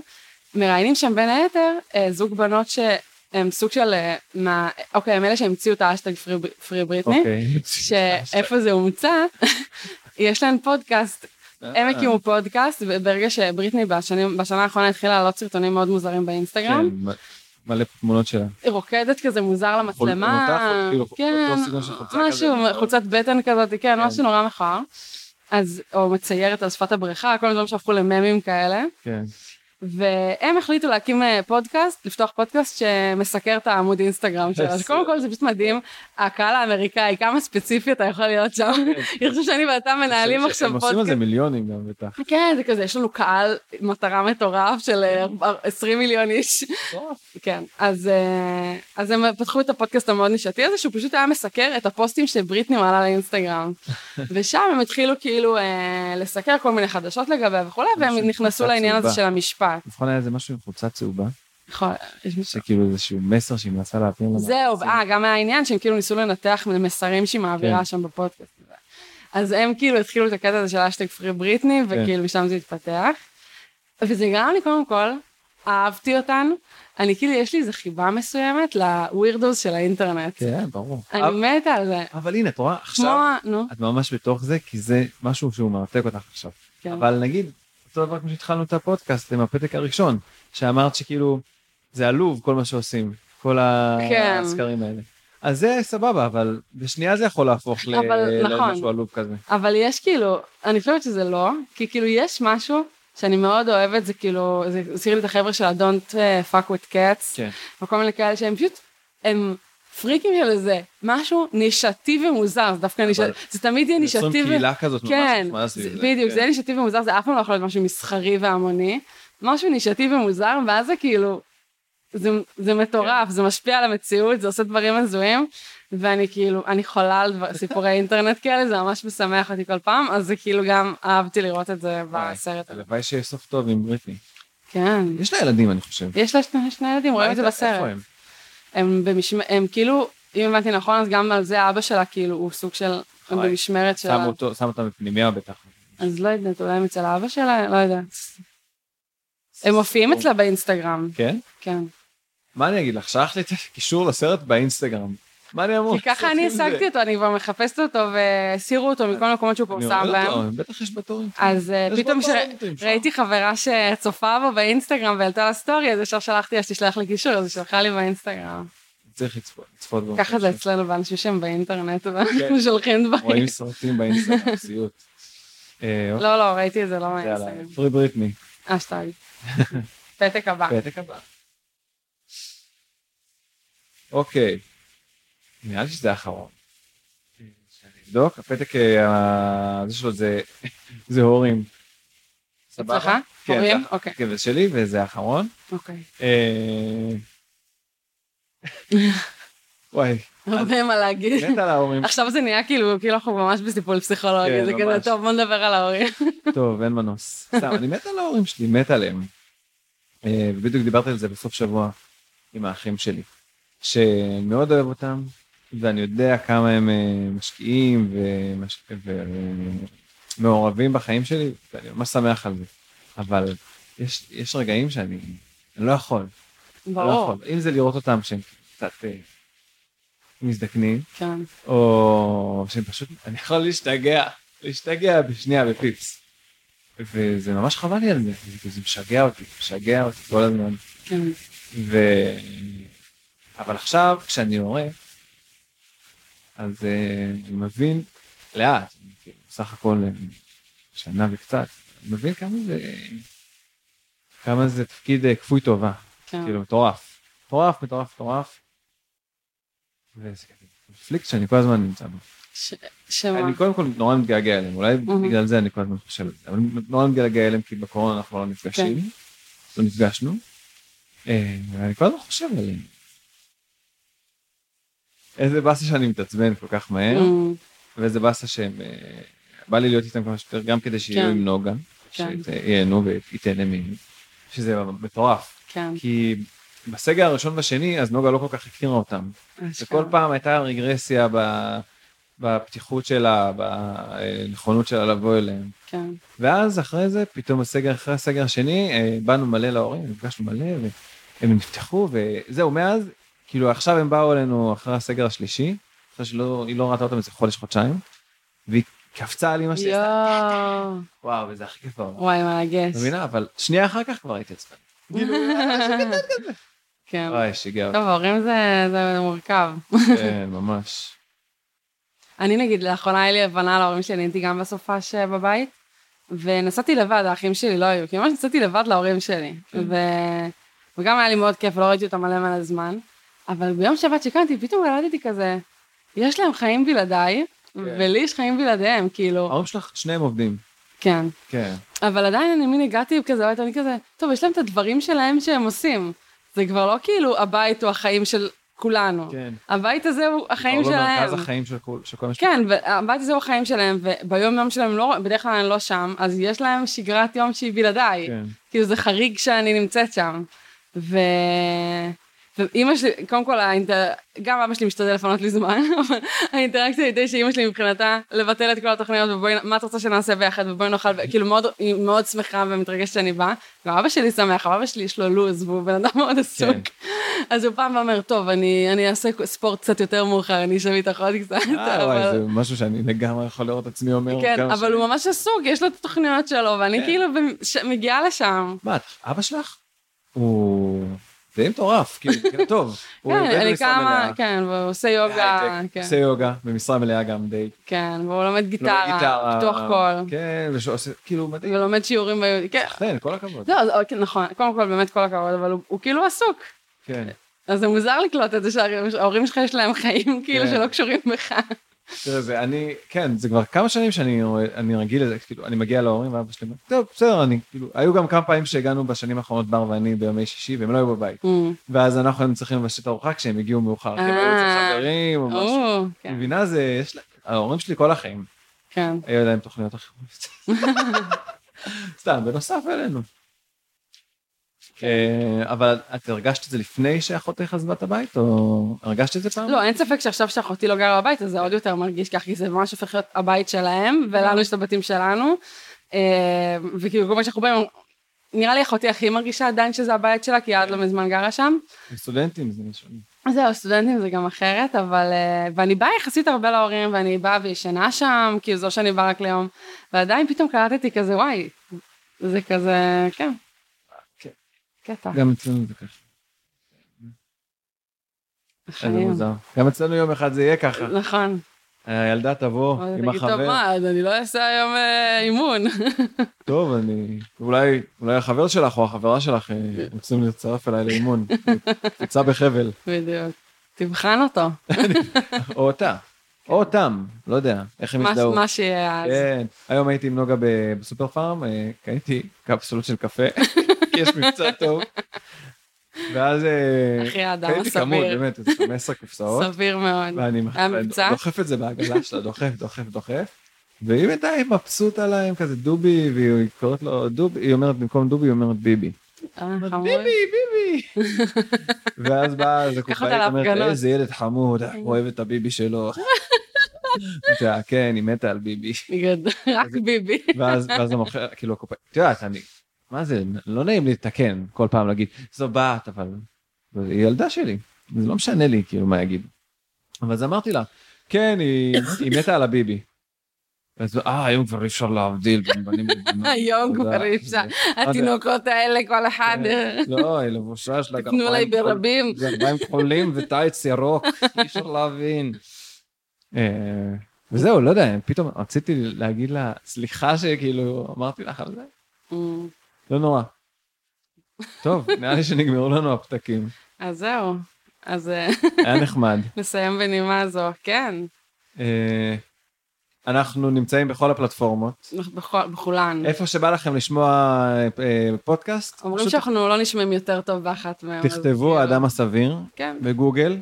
מראיינים שם בין היתר אה, זוג בנות שהם סוג של, אה, מה, אוקיי, הם אלה שהמציאו את האשטג פרי, ב- פרי בריטני, אוקיי. שאיפה זה הומצא, יש להם פודקאסט, הם אה, הקימו פודקאסט, וברגע שבריטני בשנים, בשנה האחרונה התחילה לעלות סרטונים מאוד מוזרים באינסטגרם, כן, מלא תמונות שלה. רוקדת כזה מוזר חול- למצלמה. מותחת, כאילו, כן, אותו סגנון של חולצה משהו, כזה. חולצת בטן כזאת, כן, כן. משהו נורא מכוער. אז, או מציירת על שפת הבריכה, כל מיני דברים שהפכו לממים כאלה. כן. והם החליטו להקים אה, פודקאסט, לפתוח פודקאסט שמסקר את העמוד אינסטגרם שלו. אז איזה- קודם כל זה פשוט מדהים, הקהל האמריקאי, כמה ספציפי אתה יכול להיות שם. כן. אני חושב שאני ואתה מנהלים ש- עכשיו הם עושים על פודקאסט. זה מיליונים גם בטח. כן, זה כזה, יש לנו קהל מטרה מטורף של אה, 20 מיליון איש. כן, אז, אה, אז הם פתחו את הפודקאסט המאוד נישתי הזה, שהוא פשוט היה מסקר את הפוסטים שבריטני מעלה לאינסטגרם. ושם הם התחילו כאילו אה, לסקר כל מיני חדשות לגביה וכולי, והם משהו נכנסו קצת לעניין הזה צהובה. של המשפט. נכון היה איזה משהו עם חולצה צהובה, נכון, יש מישהו- שכאילו איזשהו מסר שהיא מנסה להעביר לנו. זהו, אה, גם היה העניין שהם כאילו ניסו לנתח מסרים שהיא מעבירה כן. שם בפודקאסט. הזה. אז הם כאילו התחילו את הקטע הזה של אשטג פרי בריטני, כן. וכאילו משם זה התפתח. וזה גרם לי קודם כל, אהבתי אותן. אני כאילו, יש לי איזו חיבה מסוימת לווירדוס של האינטרנט. כן, ברור. אבל- אני מתה על זה. אבל הנה, את רואה, עכשיו כמו, נו, את ממש בתוך זה, כי זה משהו שהוא מרתק אותך עכשיו. כן. אבל נגיד, אותו דבר כמו שהתחלנו את הפודקאסט עם הפתק הראשון, שאמרת שכאילו, זה עלוב כל מה שעושים, כל כן. הסקרים האלה. אז זה סבבה, אבל בשנייה זה יכול להפוך ל- אבל נכון. למשהו עלוב כזה. אבל יש כאילו, אני חושבת שזה לא, כי כאילו יש משהו שאני מאוד אוהבת, זה כאילו, זה הזכיר לי את החבר'ה של ה-Don't אה, fuck with cats. כן. וכל מיני כאלה שהם פשוט, הם פריקים של איזה משהו נישתי ומוזר, זה דווקא נישתי, זה תמיד יהיה יוצרים נישתי ו... קהילה כזאת ממש כן, נחמדה זה- סביב זה. בדיוק, כן. זה נישתי ומוזר, זה אף פעם לא יכול להיות משהו מסחרי והמוני, משהו נישתי ומוזר, ואז זה כאילו, זה, זה מטורף, כן. זה משפיע על המציאות, זה עושה דברים הזויים, ואני כאילו, אני חולה על דבר, סיפורי אינטרנט כאלה, זה ממש משמח אותי כל פעם, אז זה כאילו גם אהבתי לראות את זה וואי, בסרט הזה. הלוואי שיהיה סוף טוב עם בריטני. כן. יש לה ילדים, אני חושב. יש לה שני, שני ילדים, רואים את זה איפה בסרט. הם? הם במשמרת, הם כאילו, אם הבנתי נכון, אז גם על זה אבא שלה, כאילו, הוא סוג של, הם אוי. במשמרת שלה. שמו אותו- שם אותם בפנימיה בטח. אז לא יודעת, אולי הם אצל אבא שלה, לא יודעת. הם מופיעים אצלה באינסטגרם, כן? כן. מה אני אגיד לך? שלחת לי את הקישור לסרט באינסטגרם. מה אני אמור? כי ככה אני השגתי אותו, אני כבר מחפשת אותו, והסירו אותו מכל המקומות שהוא פורסם בהם. לא, בטח יש בתורים. אז אה, יש פתאום בו פרמטרים שם. כשראיתי חברה שצופה בו באינסטגרם והעלתה לה סטורי, אז ישר שלחתי לה שתשלח לי קישור, אז היא שלחה לי באינסטגרם. צריך לצפות- לצפות בו. ככה זה אצלנו, באנשים שהם באינטרנט, ואנחנו שולחים דברים. כן. רואים סרטים באינסטגרם, סיוט. אה, אוקיי, לא, לא, ראיתי את זה לא יאללה, מהאינסטגרם. פרי בריטני. אשטג. אה, פתק הבא. פתק הבא. אוקיי. נראה לי שזה האחרון. שאני אבדוק, הפתק אה, הזה שלו זה- זה הורים. אצלך? כן, הורים? זה- אוקיי. כן, זה שלי וזה האחרון. אוקיי. אה, וואי, הרבה מה להגיד. מת על ההורים. עכשיו זה נהיה כאילו, כאילו אנחנו ממש בסיפור פסיכולוגי, כן, זה כזה, ממש. טוב, בוא נדבר על ההורים. טוב, אין מנוס. סתם, אני מת על ההורים שלי, מת עליהם. אה, ובדיוק דיברתי על זה בסוף שבוע עם האחים שלי, שאני מאוד אוהב אותם, ואני יודע כמה הם אה, משקיעים ומש- ומעורבים בחיים שלי, ואני ממש שמח על זה. אבל יש, יש רגעים שאני אני לא יכול, אני לא ברור, יכול. אם זה לראות אותם שהם קצת אה, מזדקנים, כן. או שהם פשוט, אני יכול להשתגע, להשתגע בשנייה בפיפס. וזה ממש חבל לי על זה, כי זה משגע אותי, משגע אותי כל הזמן. כן. ו... אבל עכשיו, כשאני הורה, אז אה, אני מבין לאט, אני כאילו, בסך הכל אה, שנה וקצת, אני מבין כמה זה, כמה זה תפקיד אה, כפוי טובה. כן. כאילו מטורף, מטורף, מטורף, מטורף. וזה כזה קונפליקט שאני כל הזמן נמצא בו. ש- שמה? אני קודם כל נורא מתגעגע אליהם, אולי מהמם. בגלל זה אני כל הזמן חושב על זה, אבל אני נורא מתגעגע אליהם כי בקורונה אנחנו לא נפגשים, כן. לא נפגשנו, אה, ואני כל הזמן חושב עליהם. איזה באסה שאני מתעצבן כל כך מהר, אמ, ואיזה באסה שהם... אה, בא לי להיות איתם כמה שיותר, גם כדי שיהיו כן. עם נוגה, אה, כן. שייהנו והיא תהנה מהם, שזה מטורף. כן. כי בסגר הראשון והשני, אז נוגה לא כל כך הכירה אותם. וכל כן. פעם הייתה רגרסיה ב- בפתיחות שלה, בנכונות שלה לבוא אליהם. כן. ואז אחרי זה, פתאום הסגר, אחרי הסגר השני, אה, באנו מלא להורים, נפגשנו מלא, והם נפתחו, וזהו, מאז, כאילו עכשיו הם באו אלינו אחרי הסגר השלישי, אחרי שהיא לא ראתה אותם איזה חודש, חודשיים, והיא קפצה על אמא שלי, עשתה, יואו, וואו, וזה הכי כיף בעולם. וואי, מרגש. מבינה? אבל שנייה אחר כך כבר הייתי עצבן. כן. אוי, שיגע אותי. טוב, ההורים זה, זה מורכב. כן, ממש. אני נגיד, לאחרונה היה לי הבנה להורים שלי, אני הייתי גם בסופש אה, בבית, ונסעתי לבד, האחים שלי לא היו, כי ממש נסעתי לבד להורים שלי. כן. ו... וגם היה לי מאוד כיף, לא ראיתי אותם מלא מלא זמן, אבל ביום שבת שקמתי, פתאום קלטתי כזה, יש להם חיים בלעדיי, כן. ולי יש חיים בלעדיהם, כאילו, ההורים שלך, שניהם עובדים. כן. כן. אבל עדיין אני מין הגעתי כזה, הביתה, אני כזה, טוב, יש להם את הדברים שלהם שהם עושים. זה כבר לא כאילו הבית הוא החיים של כולנו. כן. הבית הזה הוא החיים כבר לא שלהם. מרכז החיים של כל של כל מה ש... כן, והבית הזה הוא החיים שלהם, וביום יום שלהם, לא, בדרך כלל אני לא שם, אז יש להם שגרת יום שהיא בלעדיי. כן. כאילו, זה חריג שאני נמצאת שם. ו... ואימא שלי, קודם כל, האינטר... גם אבא שלי משתדל לפנות לי זמן, אבל האינטראקציה הייתה שאימא שלי מבחינתה לבטל את כל התוכניות, ובואי, מה את רוצה שנעשה ביחד, ובואי נאכל, ב- כאילו, מאוד, היא מאוד שמחה ומתרגשת שאני באה. גם אבא שלי שמח, אבל אבא שלי יש לו לוז, והוא בן אדם מאוד עסוק. כן. אז הוא פעם אומר, טוב, אני, אני אעשה ספורט קצת יותר מאוחר, אני אשב איתך עוד קצת. אה, וואי, אבל- זה משהו שאני לגמרי יכול לראות עצמי אומר. כן, כמה אבל ש- הוא ממש עסוק, יש לו את התוכניות שלו, ואני כן. כאילו במש- מגיעה לשם. מה, את- אבא שלך? הוא... די מטורף, כאילו, כן, טוב. הוא כן, עובד אני במשרה קמה, מלאה. כן, והוא עושה יוגה, בהייטק, כן, עושה יוגה, במשרה מלאה גם די. כן, והוא לומד לומד גיטרה, פתוח קול, כן, ועושה, כאילו, מדהים. ולומד שיעורים, ב- כן, כן, כל הכבוד. זהו, אז- אוקיי, נכון, קודם כל באמת כל הכבוד, אבל הוא- הוא כאילו עסוק. כן, אז זה מוזר לקלוט את זה שההורים שלך יש להם חיים כאילו כן. שלא קשורים בך. תראה, זה אני, כן, זה כבר כמה שנים שאני רואה- אני רגיל לזה, כאילו, אני מגיע להורים ואבא שלי אומר, טוב, בסדר, אני, כאילו, היו גם כמה פעמים שהגענו בשנים האחרונות, בר ואני, בימי שישי, והם לא היו בבית. ואז אנחנו היינו צריכים לבשל את הארוחה כשהם הגיעו מאוחר, כי הם היו אה. אצל חברים או משהו. או, את כן, מבינה, זה, יש לה, ההורים שלי כל החיים, כן. היו להם תוכניות אחרות. סתם, בנוסף אלינו. אה, אבל את הרגשת את זה לפני שאחותך עזבה את הבית, או הרגשת את זה פעם? לא, אין ספק שעכשיו שאחותי לא גרה בבית, אז זה עוד יותר מרגיש ככה, כי זה ממש הופך להיות הבית שלהם, ולנו יש את הבתים שלנו. אה, וכאילו, כל מה שאנחנו באים, נראה לי אחותי הכי מרגישה עדיין שזה הבית שלה, כי היא עד לא מזמן גרה שם. עם סטודנטים זה לא משהו. אז זהו, סטודנטים זה גם אחרת, אבל... אה, ואני באה יחסית הרבה להורים, ואני באה וישנה שם, כאילו, זו שאני באה רק ליום, ועדיין פתאום קלטתי כזה, וואי, זה כזה, כן. כן. קטע, גם אצלנו זה ככה. איזה חיים. מוזר. גם אצלנו יום אחד זה יהיה ככה. נכון. הילדה תבוא אבל עם תגיד, טוב, החבר. מה, אז אני לא אעשה היום אה, אימון. טוב, אני... אולי אולי החבר שלך או החברה שלך אה, רוצים להצטרף אליי לאימון. קפיצה בחבל. בדיוק. תבחן אותו, או אותה. או אותם. לא יודע. איך הם מה- יזדהו. מה שיהיה אז. כן, היום הייתי עם נוגה ב- בסופר פארם, אה, קניתי קפסולות של קפה, כי יש מבצע טוב. ואז אה, אחי האדם קניתי כמות, הסביר, באמת, איזה 15 קופסאות, סביר מאוד. ואני היה מבצע? דוחף את זה בעגלה שלה, דוחף, דוחף, דוחף. והיא בינתיים מבסוטה להם, כזה דובי, והיא קוראת לו דובי, היא אומרת במקום דובי, היא אומרת ביבי. אה, אומרת, חמוד. ביבי, ביבי. ואז באה איזה קח אותה קופאית, אומרת, להפגנות. איזה ילד חמוד, כן. הוא אוהב את הביבי שלו. אתה יודע, כן, היא מתה על ביבי. גדול, רק ביבי. ואז, ואז המוכר, כאילו הקופאי, את יודעת, אני, מה זה, לא נעים לי לתקן כל פעם להגיד, זו בת, אבל, אבל היא ילדה שלי, זה לא משנה לי כאילו מה יגיד. אבל אז אמרתי לה, כן, היא, היא מתה על הביבי. אז אה, היום כבר אי אפשר להבדיל בין בנים לבנות. היום אתה יודע, כבר אי אפשר. אה, זה- התינוקות האלה, כל אחד, אה, לא, היא לבושה שלה תנו לי ברבים. גרביים כחולים וטייץ ירוק, אי אפשר להבין. אה, וזהו, לא יודע, פתאום רציתי להגיד לה, סליחה שכאילו אמרתי לך על זה, אמ, לא נורא. טוב, נראה לי שנגמרו לנו הפתקים. אז זהו. אז אה, היה נחמד. נסיים בנימה זו. כן, אה, אנחנו נמצאים בכל הפלטפורמות. בכ- בכולן. איפה שבא לכם לשמוע אה, אה, פודקאסט, אומרים פשוט שאנחנו לא נשמעים יותר טוב באחת מהם. אז תכתבו כאילו, האדם הסביר כן, בגוגל.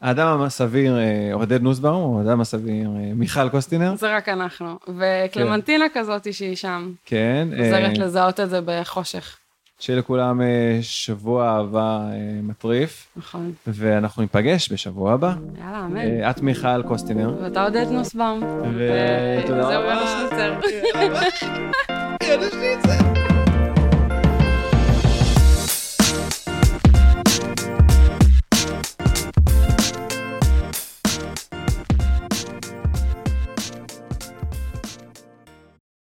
האדם הסביר אה, עודד נוסבאום, או האדם הסביר אה, מיכל קוסטינר. זה רק אנחנו. וקלמנטינה כזאת שהיא שם, כן. אה, עוזרת לזהות את זה בחושך. שיהיה לכולם אה, שבוע אהבה אה, מטריף, נכון. ואנחנו ניפגש בשבוע הבא. יאללה, אמן. אה, את מיכל קוסטינר. ואתה עודד נוסבאום. אה, ותודה וזהו, רבה. אה. יאללה שניצר. יאללה שניצר.